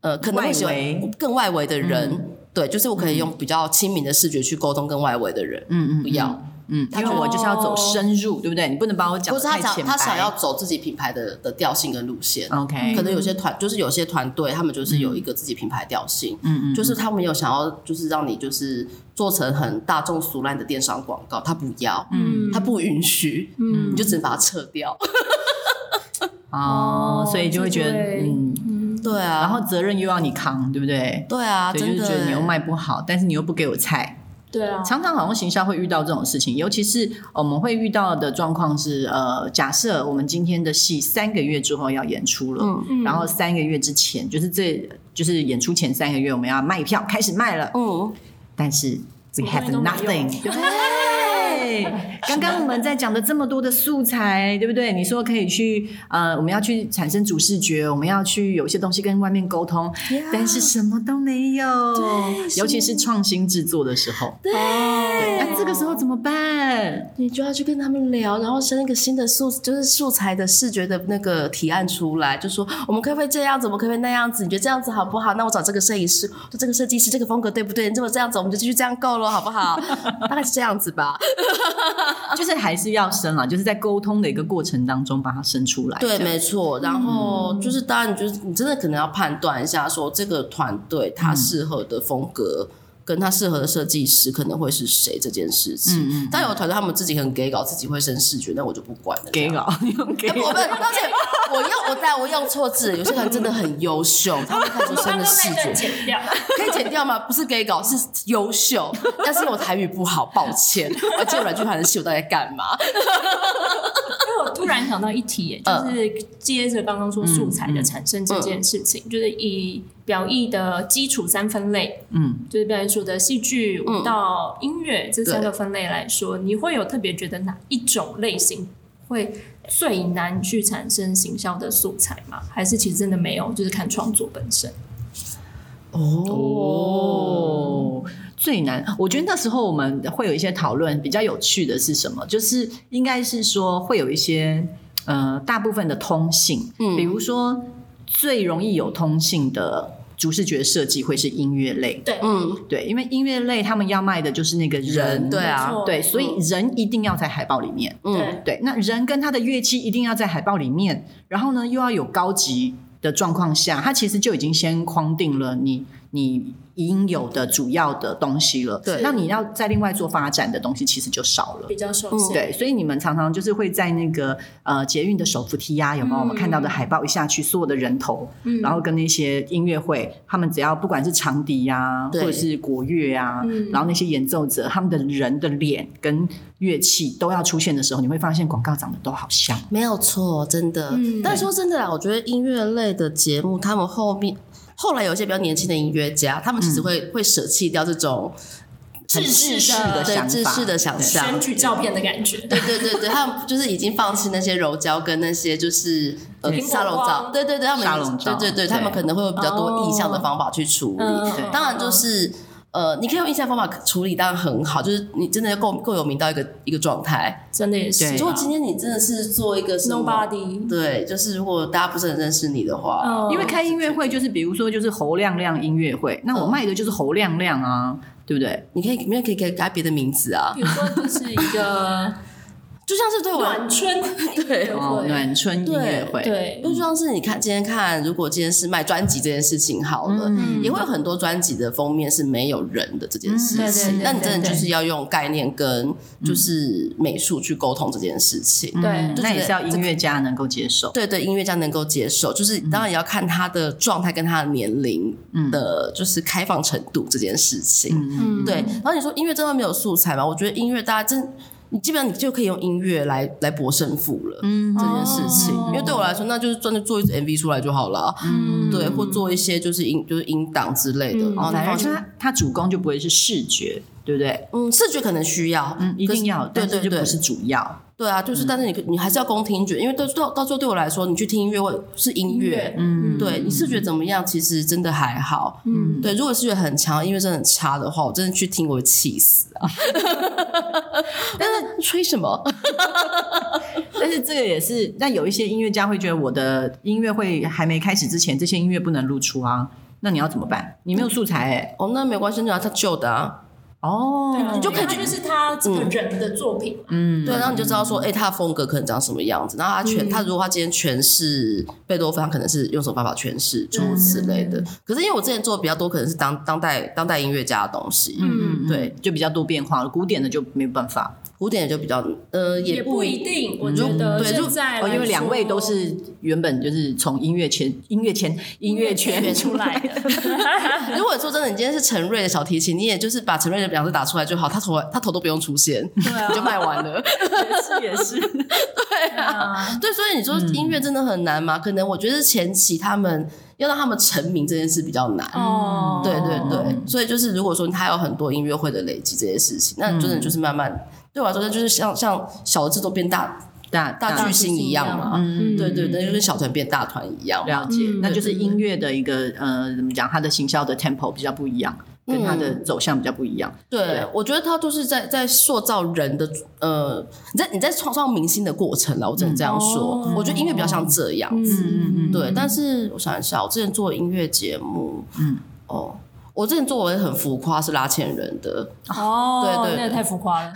[SPEAKER 3] 呃可能会喜欢
[SPEAKER 1] 外围嗯
[SPEAKER 3] 更外围的人。对，就是我可以用比较亲民的视觉去沟通跟外围的人，嗯嗯，不要，
[SPEAKER 1] 嗯，因为我就是要走深入，对不对？你不能把我讲
[SPEAKER 3] 或
[SPEAKER 1] 得
[SPEAKER 3] 是他
[SPEAKER 1] 太
[SPEAKER 3] 想
[SPEAKER 1] 浅白。嗯
[SPEAKER 3] 他想要走自己品牌的的调性跟路线，
[SPEAKER 1] OK，
[SPEAKER 3] 可能有些团就是有些团队，他们就是
[SPEAKER 1] 嗯
[SPEAKER 3] 有一个自己品牌调性，嗯嗯，就是他们有想要就是让你就是做成很大众俗烂的电商广告，他不要，嗯，他不允许，嗯，你嗯就只能把它撤掉，
[SPEAKER 1] 哦，所以就会觉得
[SPEAKER 2] 就会
[SPEAKER 1] 嗯，
[SPEAKER 3] 对啊，
[SPEAKER 1] 然后责任又要你扛，对不对？
[SPEAKER 3] 对啊，
[SPEAKER 1] 对，就
[SPEAKER 3] 真
[SPEAKER 1] 是
[SPEAKER 3] 的
[SPEAKER 1] 觉得你又卖不好，但是你又不给我菜，
[SPEAKER 2] 对啊，
[SPEAKER 1] 常常好像行销会遇到这种事情，尤其是呃我们会遇到的状况是，呃，假设我们今天的戏三个月之后要演出了，
[SPEAKER 2] 嗯
[SPEAKER 1] 然后三个月之前，就是这就是演出前三个月我们要卖票，开始卖了，
[SPEAKER 3] 嗯，
[SPEAKER 1] 但是 we
[SPEAKER 2] 什么
[SPEAKER 1] have
[SPEAKER 2] 东西都没有
[SPEAKER 1] nothing。对，刚刚我们在讲的这么多的素材，对不对？你说可以去呃，我们要去产生主视觉，我们要去有一些东西跟外面沟通但是什么都没有，尤其是创新制作的时候，哎
[SPEAKER 3] 对，
[SPEAKER 1] 那、这个时候怎么
[SPEAKER 2] 呃
[SPEAKER 1] 办？
[SPEAKER 3] 你就要去跟他们聊，然后生一个新的素，就是素材的视觉的那个提案出来，就说我们可不可以这样子，我们可不可以那样子？你觉得这样子好不好？那我找这个摄影师，就这个设计师，这个风格对不对？你这么这样子，我们就继续这样够了，好不好？ 大概是这样子吧。
[SPEAKER 1] 就是还是要生啊，就是在沟通的一个过程当中把它生出来。嗯
[SPEAKER 3] 对，没错。然后就是，当然，你就是你真的可能要判断一下，说这个团队
[SPEAKER 1] 嗯
[SPEAKER 3] 他适合的风格。跟他适合的设计师可能会是谁这件事情，
[SPEAKER 1] 嗯
[SPEAKER 3] 但有的团队他们自己很给搞，自己会生视觉，那我就不管了。这
[SPEAKER 1] 给
[SPEAKER 3] 样
[SPEAKER 1] 稿， 用给
[SPEAKER 3] 哎不，
[SPEAKER 1] 稿
[SPEAKER 3] 不，而且我用我在我用错字，有些人真的很优秀，他们看出
[SPEAKER 2] 把
[SPEAKER 3] 生的 视
[SPEAKER 2] 段
[SPEAKER 3] 觉，
[SPEAKER 2] 剪 掉，
[SPEAKER 3] 可以剪掉吗？不是给搞，是优秀，但是因为我台语不好，抱歉，而且软剧团的戏我到底在干嘛？
[SPEAKER 2] 因为我突然想到一题 耶，
[SPEAKER 3] 嗯
[SPEAKER 2] 就是接着刚刚说素材的产生这件事情，就是以表意的基础三分类，
[SPEAKER 1] 嗯，
[SPEAKER 2] 就是表演说的戏剧、
[SPEAKER 3] 嗯
[SPEAKER 2] 舞蹈、音乐这三个分类来说，你会有特别觉得哪一种类型会最难去产生行销的素材吗？还是其实真的没有，就是看创作本身？
[SPEAKER 3] 哦，
[SPEAKER 1] 哦，最难，我觉得那时候我们会有一些讨论，比较有趣的是什么？就是应该是说会有一些呃，大部分的通性，
[SPEAKER 3] 嗯
[SPEAKER 1] 比如说最容易有通性的主视觉设计会是音乐类，
[SPEAKER 2] 对，
[SPEAKER 3] 嗯，
[SPEAKER 1] 对，因为音乐类他们要卖的就是那个人，
[SPEAKER 3] 人对
[SPEAKER 2] 没
[SPEAKER 3] 啊
[SPEAKER 2] 错，
[SPEAKER 1] 对，所以人一定要在海报里面。
[SPEAKER 3] 嗯，
[SPEAKER 1] 对，那人跟他的乐器一定要在海报里面，然后呢又要有高级的状况下，它其实就已经先框定了你你应有的主要的东西了。
[SPEAKER 3] 对
[SPEAKER 1] 那你要再另外做发展的东西，其实就少了。
[SPEAKER 2] 比
[SPEAKER 3] 嗯
[SPEAKER 2] 较受限。
[SPEAKER 1] 对，所以你们常常就是会在那个呃捷运的手扶梯呀、有没有？我们看到的海报一下去，所有的人头，
[SPEAKER 2] 嗯
[SPEAKER 1] 然后跟那些音乐会，他们只要不管是长笛呀、或
[SPEAKER 3] 对
[SPEAKER 1] 者是国乐啊，
[SPEAKER 2] 嗯
[SPEAKER 1] 然后那些演奏者他们的人的脸跟乐器都要出现的时候，你会发现广告长得都好像。
[SPEAKER 3] 没有错，真的。
[SPEAKER 2] 嗯
[SPEAKER 3] 但说真的啦，我觉得音乐类的节目，他们后面后来有一些比较年轻的音乐家，他们其实会、会舍弃掉这种
[SPEAKER 2] 制式
[SPEAKER 1] 制式的
[SPEAKER 3] 对
[SPEAKER 1] 想
[SPEAKER 3] 制
[SPEAKER 1] 法
[SPEAKER 3] 式的想象，
[SPEAKER 2] 选举照片的感觉，
[SPEAKER 3] 对对对对，他们就是已经放弃那些柔焦跟那些就是呃
[SPEAKER 1] 对
[SPEAKER 3] 沙龙
[SPEAKER 2] 苹果
[SPEAKER 3] 照
[SPEAKER 2] 光，
[SPEAKER 3] 对对对，他们
[SPEAKER 1] 沙龙照
[SPEAKER 3] 对对
[SPEAKER 1] 对
[SPEAKER 3] 对，他们可能会有比较多意向的方法去处理。
[SPEAKER 2] 嗯
[SPEAKER 1] 对
[SPEAKER 3] 当然就是呃，你可以用意向方法处理，当然很好，就是你真的要够够有名到一个一个状态。
[SPEAKER 2] 真的也是
[SPEAKER 1] 对
[SPEAKER 3] 如果今天你真的是做一个什么
[SPEAKER 2] nobody，
[SPEAKER 3] 对，就是如果大家不是很认识你的话，
[SPEAKER 2] 嗯
[SPEAKER 1] 因为开音乐会就是，比如说就是侯亮亮音乐会，那我
[SPEAKER 2] 嗯
[SPEAKER 1] 卖的就是侯亮亮啊，对不对？
[SPEAKER 3] 你可以没有可以给他别的名字啊，
[SPEAKER 2] 比如说就是一 个
[SPEAKER 3] 就像是对我
[SPEAKER 2] 暖春
[SPEAKER 3] 对
[SPEAKER 2] 音乐
[SPEAKER 1] 哦，
[SPEAKER 2] 会，
[SPEAKER 1] 暖春音乐会，
[SPEAKER 2] 对，
[SPEAKER 3] 就像是你看今天看，如果今天是卖专辑这件事情好了，
[SPEAKER 2] 嗯
[SPEAKER 3] 也会有很多专辑的封面是没有人的这件事
[SPEAKER 2] 嗯对对
[SPEAKER 3] 情。
[SPEAKER 2] 对
[SPEAKER 3] 那你真的
[SPEAKER 2] 对嗯
[SPEAKER 3] 就是要用概念跟就是美术去沟通这件事情。
[SPEAKER 1] 嗯
[SPEAKER 2] 对
[SPEAKER 3] 就
[SPEAKER 1] 那
[SPEAKER 3] 觉
[SPEAKER 1] 也
[SPEAKER 3] 得
[SPEAKER 1] 是要音乐家能够接受。
[SPEAKER 3] 对对，音乐家能够接受，就是
[SPEAKER 2] 嗯
[SPEAKER 3] 当然也要看他的状态跟他的年龄的，就是开放程度这件事情。
[SPEAKER 2] 嗯
[SPEAKER 3] 对，然后你说音乐真的没有素材吗？我觉得音乐大家真你基本上你就可以用音乐来来博胜负了。嗯，
[SPEAKER 2] 哦
[SPEAKER 3] 这件事情，因为对我来说，那就是专门做一支 MV 出来就好了。嗯，对，或做一些就是音就是音档之类的。然后
[SPEAKER 1] 哦，
[SPEAKER 3] 你
[SPEAKER 1] 反
[SPEAKER 3] 放
[SPEAKER 1] 而
[SPEAKER 3] 进
[SPEAKER 1] 是它它主攻就不会是视觉，对不对？
[SPEAKER 3] 嗯，视觉可能需要，
[SPEAKER 1] 嗯，一
[SPEAKER 3] 可是
[SPEAKER 1] 定要，
[SPEAKER 3] 对
[SPEAKER 1] 但
[SPEAKER 3] 对
[SPEAKER 1] 是就
[SPEAKER 3] 对
[SPEAKER 1] 不，是主要。
[SPEAKER 3] 对啊，就是，但是你你还是要供听觉，因为到到到最后对我来说，你去听音乐会是音乐，
[SPEAKER 2] 嗯
[SPEAKER 3] 对你视觉怎么样，其实真的还好。
[SPEAKER 2] 嗯，
[SPEAKER 3] 对，如果视觉很强，音乐真的很差的话，我真的去听我会气死啊！但是吹什么？
[SPEAKER 1] 但是这个也是，那有一些音乐家会觉得我的音乐会还没开始之前，这些音乐不能露出啊。那你要怎么办？你没有素材哎、
[SPEAKER 3] 哦，那没关系，就拿它旧的啊。
[SPEAKER 1] 哦，
[SPEAKER 2] 你就可以就是他这个人的作品，
[SPEAKER 1] 嗯，
[SPEAKER 3] 对，然后你就知道说，哎，他的风格可能长什么样子。然后他
[SPEAKER 2] 嗯
[SPEAKER 3] 全，他如果他今天诠释贝多芬，他可能是用什么方法诠释，诸如此类
[SPEAKER 2] 嗯
[SPEAKER 3] 的。可是因为我之前做的比较多，可能是当当代当代音乐家的东西，
[SPEAKER 2] 嗯，
[SPEAKER 3] 对，
[SPEAKER 1] 就比较多变化了。古典的就没办法，
[SPEAKER 3] 古典就比较，呃，
[SPEAKER 2] 也不一嗯定，我觉得
[SPEAKER 3] 对就
[SPEAKER 2] 现在
[SPEAKER 1] 哦，因为两位都
[SPEAKER 2] 来说
[SPEAKER 1] 是原本就是从音乐圈、音乐圈、音乐圈
[SPEAKER 2] 出来 的，
[SPEAKER 3] 如果说真的，你今天是陈瑞的小提琴，你也就是把陈瑞的表示打出来就好，他头他头都不用 出现，
[SPEAKER 2] 啊
[SPEAKER 3] 你就卖完了。
[SPEAKER 1] 也是也是，
[SPEAKER 2] 啊
[SPEAKER 3] 对，所以你说音乐真的很难
[SPEAKER 2] 嗯
[SPEAKER 3] 吗？可能我觉得前期他们要让他们成名这件事比较难。
[SPEAKER 2] 哦，
[SPEAKER 3] 对对对，所以就是如果说他有很多音乐会的累积这些事情，那真的就是慢慢对我来说，那就是像像小制作变大
[SPEAKER 1] 大
[SPEAKER 3] 大巨星一样嘛。
[SPEAKER 2] 嗯
[SPEAKER 3] 对对对，就跟小团变大团一样嘛。
[SPEAKER 1] 啊了解，
[SPEAKER 2] 嗯
[SPEAKER 1] 那就是音乐的一个呃，怎么讲？它的行销的 tempo 比较不一样，
[SPEAKER 2] 嗯
[SPEAKER 1] 跟它的走向比较不一样。
[SPEAKER 3] 对，我觉得他就是在在塑造人的呃，你在你在创造明星的过程了，我只能这样说。
[SPEAKER 2] 哦
[SPEAKER 3] 我觉得音乐比较像这样子，
[SPEAKER 2] 嗯
[SPEAKER 3] 对。但是我想一下，我之前做音乐节目，嗯，哦，我之前做我也很浮夸，是拉纤人的，
[SPEAKER 2] 哦，
[SPEAKER 3] 对对对
[SPEAKER 2] 那个太浮夸了，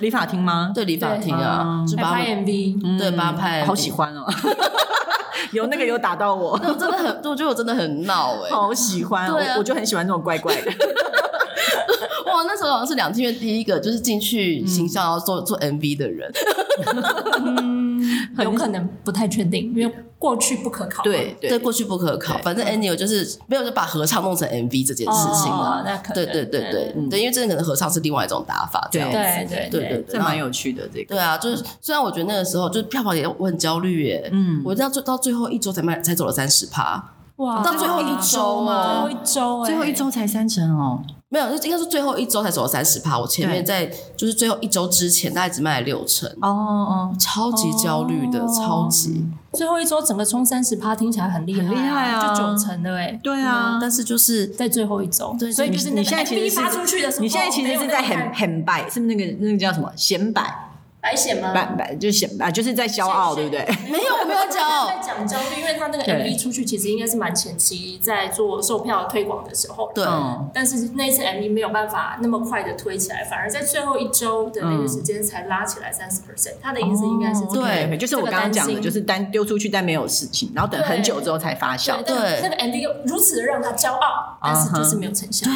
[SPEAKER 1] 理发厅吗？
[SPEAKER 3] 对理发厅啊，就
[SPEAKER 2] 还
[SPEAKER 3] 把他
[SPEAKER 2] 拍
[SPEAKER 3] 们
[SPEAKER 1] 嗯
[SPEAKER 2] MV，
[SPEAKER 3] 对把他拍，
[SPEAKER 1] 好喜。 欢哦，有那个有打到我，
[SPEAKER 3] 我真的很，我觉得我真的很闹 哎、
[SPEAKER 1] 好喜欢哦，
[SPEAKER 3] 对啊
[SPEAKER 1] 我我就很喜欢那种怪怪
[SPEAKER 2] 啊
[SPEAKER 1] 的。
[SPEAKER 3] 哇，那时候好像是两厅院第一个就是进去形象然后做做 MV 的人，
[SPEAKER 2] 有可能不太确定，因为过去不可考，
[SPEAKER 1] 对对
[SPEAKER 3] 哦对，过去不可考。反正 anyway 就是没有就把合唱弄成 MV 这件事
[SPEAKER 1] 啊
[SPEAKER 3] 情
[SPEAKER 2] 哦
[SPEAKER 3] 了。
[SPEAKER 2] 那可能嗯
[SPEAKER 3] 对对对对对，因为这个可能合唱是另外一种打法，这样
[SPEAKER 1] 对
[SPEAKER 2] 对对
[SPEAKER 3] 对对
[SPEAKER 1] 这
[SPEAKER 3] 对，
[SPEAKER 1] 蛮
[SPEAKER 3] 然后。
[SPEAKER 1] 有趣的这个。
[SPEAKER 3] 对啊，就是虽然我觉得那个时候就是票房也我很焦虑耶，嗯，我到最到最后一周才卖才走了三十趴，
[SPEAKER 2] 哇，
[SPEAKER 3] 到最后一周吗
[SPEAKER 2] 啊最后一周，哎
[SPEAKER 1] 最后一，周才三成哦，
[SPEAKER 3] 没有，就应该是最后一周才走了三十趴，我前面
[SPEAKER 1] 对
[SPEAKER 3] 在就是最后一周之前大概只卖了六成，
[SPEAKER 1] 哦哦，
[SPEAKER 3] 超级焦虑的，
[SPEAKER 2] 哦
[SPEAKER 3] 超级。
[SPEAKER 2] 最后一周整个冲三十趴听起来很厉害，
[SPEAKER 1] 很厉害啊
[SPEAKER 2] 就九成的哎，
[SPEAKER 1] 对啊，
[SPEAKER 3] 但是就是
[SPEAKER 2] 在最后一周，
[SPEAKER 3] 对
[SPEAKER 2] 所以就是那个
[SPEAKER 1] 你现在其实
[SPEAKER 2] MV
[SPEAKER 1] 是
[SPEAKER 2] 发出去的时候，
[SPEAKER 1] 你现在其实是在很很摆，是不是那个那个叫什么显摆
[SPEAKER 2] 白险吗？
[SPEAKER 1] 摆摆就是显摆，就是在骄傲，对不对？
[SPEAKER 3] 没有我没有骄傲
[SPEAKER 2] 在，讲焦虑，因为他那个
[SPEAKER 1] 对
[SPEAKER 2] MV 出去其实应该是蛮前期在做售票推广的时候，
[SPEAKER 3] 对，
[SPEAKER 1] 嗯，
[SPEAKER 2] 但是那一次 MV 没有办法那么快的推起来，反而在最后一周的那个时间才拉起来三十 percent。他的意思应该是这
[SPEAKER 3] 哦
[SPEAKER 2] 个
[SPEAKER 3] 对
[SPEAKER 1] 就是我刚刚讲
[SPEAKER 2] 这
[SPEAKER 1] 的，
[SPEAKER 2] 个担心
[SPEAKER 1] 就是单丢出去但没有事情，然后等很久之后才发酵。
[SPEAKER 2] 对，
[SPEAKER 3] 对嗯
[SPEAKER 2] 那个 MV 又如此的让他骄傲，但是就是没有成效。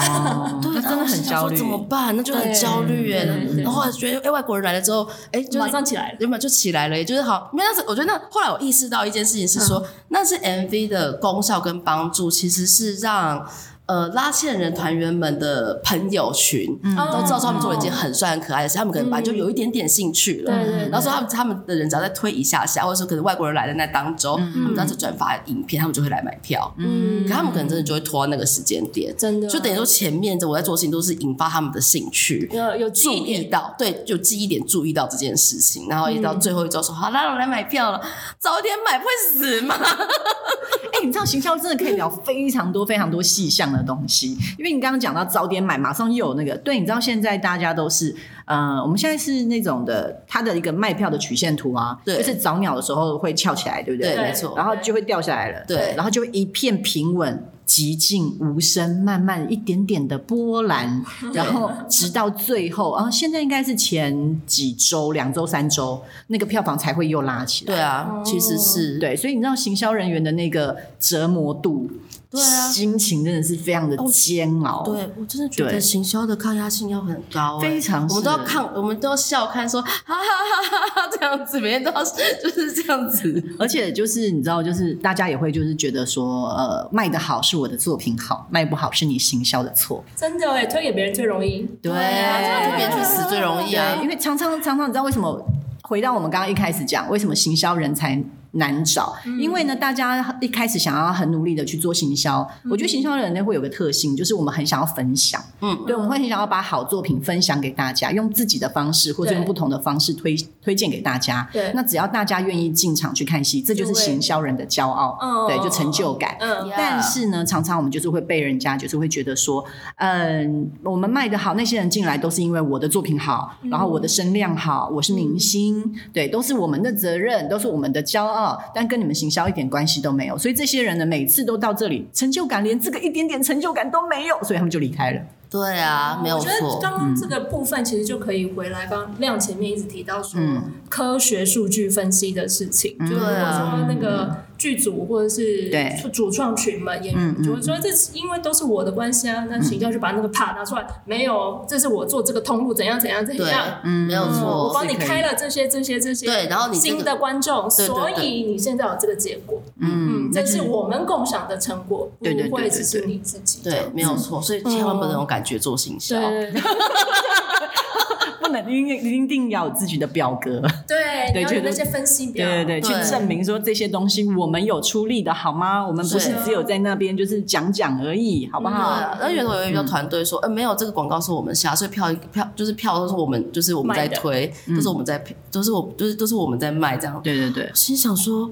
[SPEAKER 1] 哦，
[SPEAKER 3] 对，
[SPEAKER 1] 那真
[SPEAKER 3] 然后
[SPEAKER 1] 的
[SPEAKER 3] 我
[SPEAKER 1] 很
[SPEAKER 3] 心想
[SPEAKER 1] 焦
[SPEAKER 3] 说
[SPEAKER 1] 虑
[SPEAKER 3] 怎。么办？那就很
[SPEAKER 2] 对
[SPEAKER 3] 焦虑耶
[SPEAKER 2] 对对。对
[SPEAKER 3] 然后我觉得，哎，外国人来了之后，哎，就是
[SPEAKER 2] 马上起来了
[SPEAKER 3] 原本就起来了耶，就是好。没有那是我觉得那后来我意识到一件事情是说，那是 MV 的功效跟帮助，其实是让。呃，拉线人团员们的朋友群，
[SPEAKER 2] 嗯
[SPEAKER 3] 嗯都知道说他们做了一件很帅、很可爱的事，他们可能本来就有一点点兴趣了。
[SPEAKER 2] 对对对
[SPEAKER 3] 然后说他们他们的人只要再推一下下，或者说可能外国人来的那当周，他们只要是转发影片，他们就会来买票。
[SPEAKER 2] 嗯
[SPEAKER 3] 可他们可能真的就会拖到那个时间点，
[SPEAKER 2] 真的
[SPEAKER 3] 就等于说前面的我在做的事情都是引发他们的兴趣，
[SPEAKER 2] 有有
[SPEAKER 3] 注
[SPEAKER 2] 记忆
[SPEAKER 3] 意
[SPEAKER 2] 点，
[SPEAKER 3] 到，对，就记忆点注意到这件事情，然后一直到最后一周说、好
[SPEAKER 2] 嗯
[SPEAKER 3] 啦，我来买票了，早一点买不会 死吗？
[SPEAKER 1] 哎、你知道行销真的可以聊非常多非常多细项的东西，因为你刚刚讲到早点买，马上又有那个。对，你知道现在大家都是，呃，我们现在是那种的，它的一个卖票的曲线图啊，
[SPEAKER 3] 对
[SPEAKER 1] 就是早鸟的时候会翘起来，对不对？
[SPEAKER 3] 对没错
[SPEAKER 1] 然后就会掉下来了，
[SPEAKER 3] 对
[SPEAKER 1] 然后就会一片平稳。极静无声，慢慢一点点的波 澜，然后直到最后啊，现在应该是前几周、两周、三周，那个票房才会又拉起来。
[SPEAKER 3] 对啊，其实是，
[SPEAKER 1] 对，所以你知道行销人员的那个折磨度，
[SPEAKER 3] 对啊哦
[SPEAKER 1] 心情真的是非常的煎熬。
[SPEAKER 3] 对我真的觉得
[SPEAKER 1] 对
[SPEAKER 3] 行销的抗压性要很高、欸
[SPEAKER 1] 非常
[SPEAKER 3] 我们都要要看，我们都要笑看说，哈哈哈哈哈这样子，每天都要就是这样子。
[SPEAKER 1] 而且就是你知道，就是大家也会就是觉得说，呃，卖的好是我的作品好，卖不好是你行销的错。
[SPEAKER 2] 真的哎，推给别人最容易。
[SPEAKER 1] 对，
[SPEAKER 3] 啊，这样子别人去死最容易啊
[SPEAKER 1] 对，因。为常常常常你知道为什么？回到我们刚刚一开始讲，为什么行销人才难找？因为呢，大家一开始想要很努力的去做行销，我觉得行销人呢会有个特性，就是我们很想要分享，
[SPEAKER 3] 嗯
[SPEAKER 1] 嗯，对，我们会很想要把好作品分享给大家，用自己的方式或者
[SPEAKER 2] 对
[SPEAKER 1] 用不同的方式推推荐给大家。
[SPEAKER 2] 对
[SPEAKER 1] 那只要大家愿意进场去看戏，这就是
[SPEAKER 2] 就会
[SPEAKER 1] 行销人的骄傲，
[SPEAKER 2] 嗯
[SPEAKER 1] 对，就成就感。
[SPEAKER 2] 嗯，
[SPEAKER 1] 但是呢，常常我们就是会被人家就是会觉得说，嗯，我们卖的好，那些人进来都是因为我的作品好，
[SPEAKER 3] 嗯
[SPEAKER 1] 然后我的声量好，我是明星，对，都是我们的责任，都是我们的骄傲，但跟你们行销一点关系都没有。所以这些人呢，每次都到这里，成就感连这个一点点成就感都没有，所以他们就离开了。
[SPEAKER 3] 对啊，没有
[SPEAKER 2] 哦我觉得
[SPEAKER 3] 错。嗯
[SPEAKER 2] 刚刚这个部分其实就可以回来，刚刚亮前面一直提到说
[SPEAKER 3] 嗯
[SPEAKER 2] 科学数据分析的事情，就是如果
[SPEAKER 3] 对啊
[SPEAKER 2] 说那个剧组或者是
[SPEAKER 1] 对
[SPEAKER 2] 主创群嘛，演
[SPEAKER 1] 嗯
[SPEAKER 2] 员
[SPEAKER 1] 嗯
[SPEAKER 2] 就会说这是因为都是我的关系啊，那请
[SPEAKER 3] 嗯
[SPEAKER 2] 教就把那个帕拿出来，没有，这是我做这个通路怎样怎样怎
[SPEAKER 3] 对
[SPEAKER 2] 样。，
[SPEAKER 1] 嗯
[SPEAKER 3] 没有
[SPEAKER 2] 嗯
[SPEAKER 3] 错。
[SPEAKER 2] 我帮你开了这些这些这些，
[SPEAKER 3] 对然后你这个
[SPEAKER 2] 新的观众，
[SPEAKER 3] 对对
[SPEAKER 2] 所
[SPEAKER 3] 对
[SPEAKER 2] 以你现在有这个结果，
[SPEAKER 1] 嗯
[SPEAKER 2] 嗯，这是我们共享的成果，
[SPEAKER 1] 对对对
[SPEAKER 2] 不会只
[SPEAKER 1] 对
[SPEAKER 2] 是
[SPEAKER 1] 对
[SPEAKER 2] 你自己，
[SPEAKER 3] 对，没有错，所以千万不能用感觉做行销。
[SPEAKER 2] 对
[SPEAKER 1] 不能一定一定要有自己的表格，
[SPEAKER 2] 对，
[SPEAKER 1] 对
[SPEAKER 2] 你要
[SPEAKER 1] 就
[SPEAKER 2] 有
[SPEAKER 1] 是
[SPEAKER 2] 那些分析表，
[SPEAKER 1] 对对对，去
[SPEAKER 3] 对
[SPEAKER 1] 证明说这些东西我们有出力的好吗？我们不是
[SPEAKER 3] 是
[SPEAKER 1] 只有在那边就是讲讲而已，好不
[SPEAKER 3] 对
[SPEAKER 1] 好？
[SPEAKER 3] 啊，然后源头有一个团队说，呃，没有这个广告是我们下，所以票一票就是票都是我们就是我们在
[SPEAKER 2] 卖的
[SPEAKER 3] 推，都是我们在都是我就是都是我们在卖这样。
[SPEAKER 1] 对对对，
[SPEAKER 3] 心想说，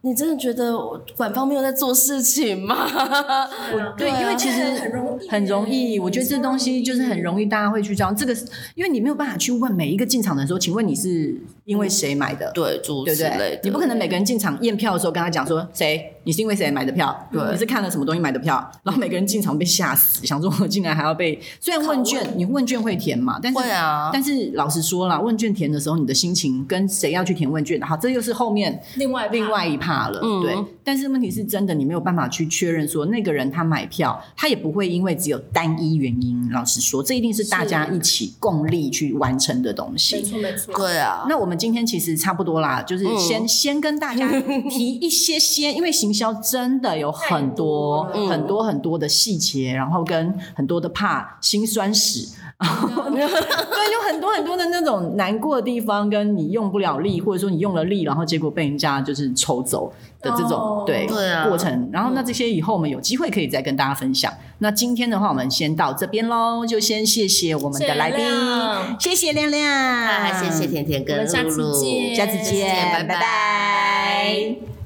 [SPEAKER 3] 你真的觉得我反方没有在做事情吗？
[SPEAKER 2] 对啊
[SPEAKER 1] 对，
[SPEAKER 3] 对啊
[SPEAKER 1] 因为其实
[SPEAKER 2] 很容易，
[SPEAKER 1] 很容易，我觉得这东西就是很容易，大家会去装。这个是因为你没有办法去问每一个进场的人说，请问你是因为谁买的？
[SPEAKER 3] 对，诸如
[SPEAKER 1] 对不
[SPEAKER 3] 此嗯类
[SPEAKER 1] 对
[SPEAKER 3] 的，？
[SPEAKER 1] 你不可能每个人进场验票的时候跟他讲说谁，你是因为谁买的票？
[SPEAKER 3] 对
[SPEAKER 1] 你是看了什么东西买的票？然后每个人进场被吓死，想说我竟然还要被……虽然问卷你问卷会填嘛，但是
[SPEAKER 3] 会啊。
[SPEAKER 1] 但是老实说啦，问卷填的时候，你的心情跟谁要去填问卷，好，这又是后面
[SPEAKER 2] 另外
[SPEAKER 1] 另外一趴了，
[SPEAKER 3] 嗯
[SPEAKER 1] 对。但是问题是真的，你没有办法去确认说那个人他买票，他也不会因为只有单一原因。老实说，这一定是大家一起共力去完成的东
[SPEAKER 2] 没
[SPEAKER 1] 西。
[SPEAKER 2] 错没错，
[SPEAKER 3] 对啊，
[SPEAKER 1] 那我们今天其实差不多啦，就是
[SPEAKER 3] 嗯
[SPEAKER 1] 先、先跟大家提一些些，因为行销真的有很多
[SPEAKER 2] 太
[SPEAKER 3] 多了
[SPEAKER 1] 很多很多的细节，然后跟很多的怕辛酸史， 对，有很多很多的那种难过的地方，跟你用不了力，或者说你用了力，然后结果被人家就是抽走的这种、
[SPEAKER 2] 哦
[SPEAKER 1] 对
[SPEAKER 3] 对啊
[SPEAKER 1] 过程。然后那这些以后我们有机会可以再跟大家分享。那今天的话，我们先到这边喽，就先谢谢我们的来宾
[SPEAKER 2] 谢谢亮，
[SPEAKER 1] 谢谢亮亮，
[SPEAKER 3] 哎，谢谢。甜甜
[SPEAKER 2] 我
[SPEAKER 3] 跟
[SPEAKER 2] 们下
[SPEAKER 3] 露
[SPEAKER 2] 次
[SPEAKER 3] 露，
[SPEAKER 2] 见
[SPEAKER 1] 下次见
[SPEAKER 3] 下次见拜
[SPEAKER 1] 拜拜
[SPEAKER 2] 拜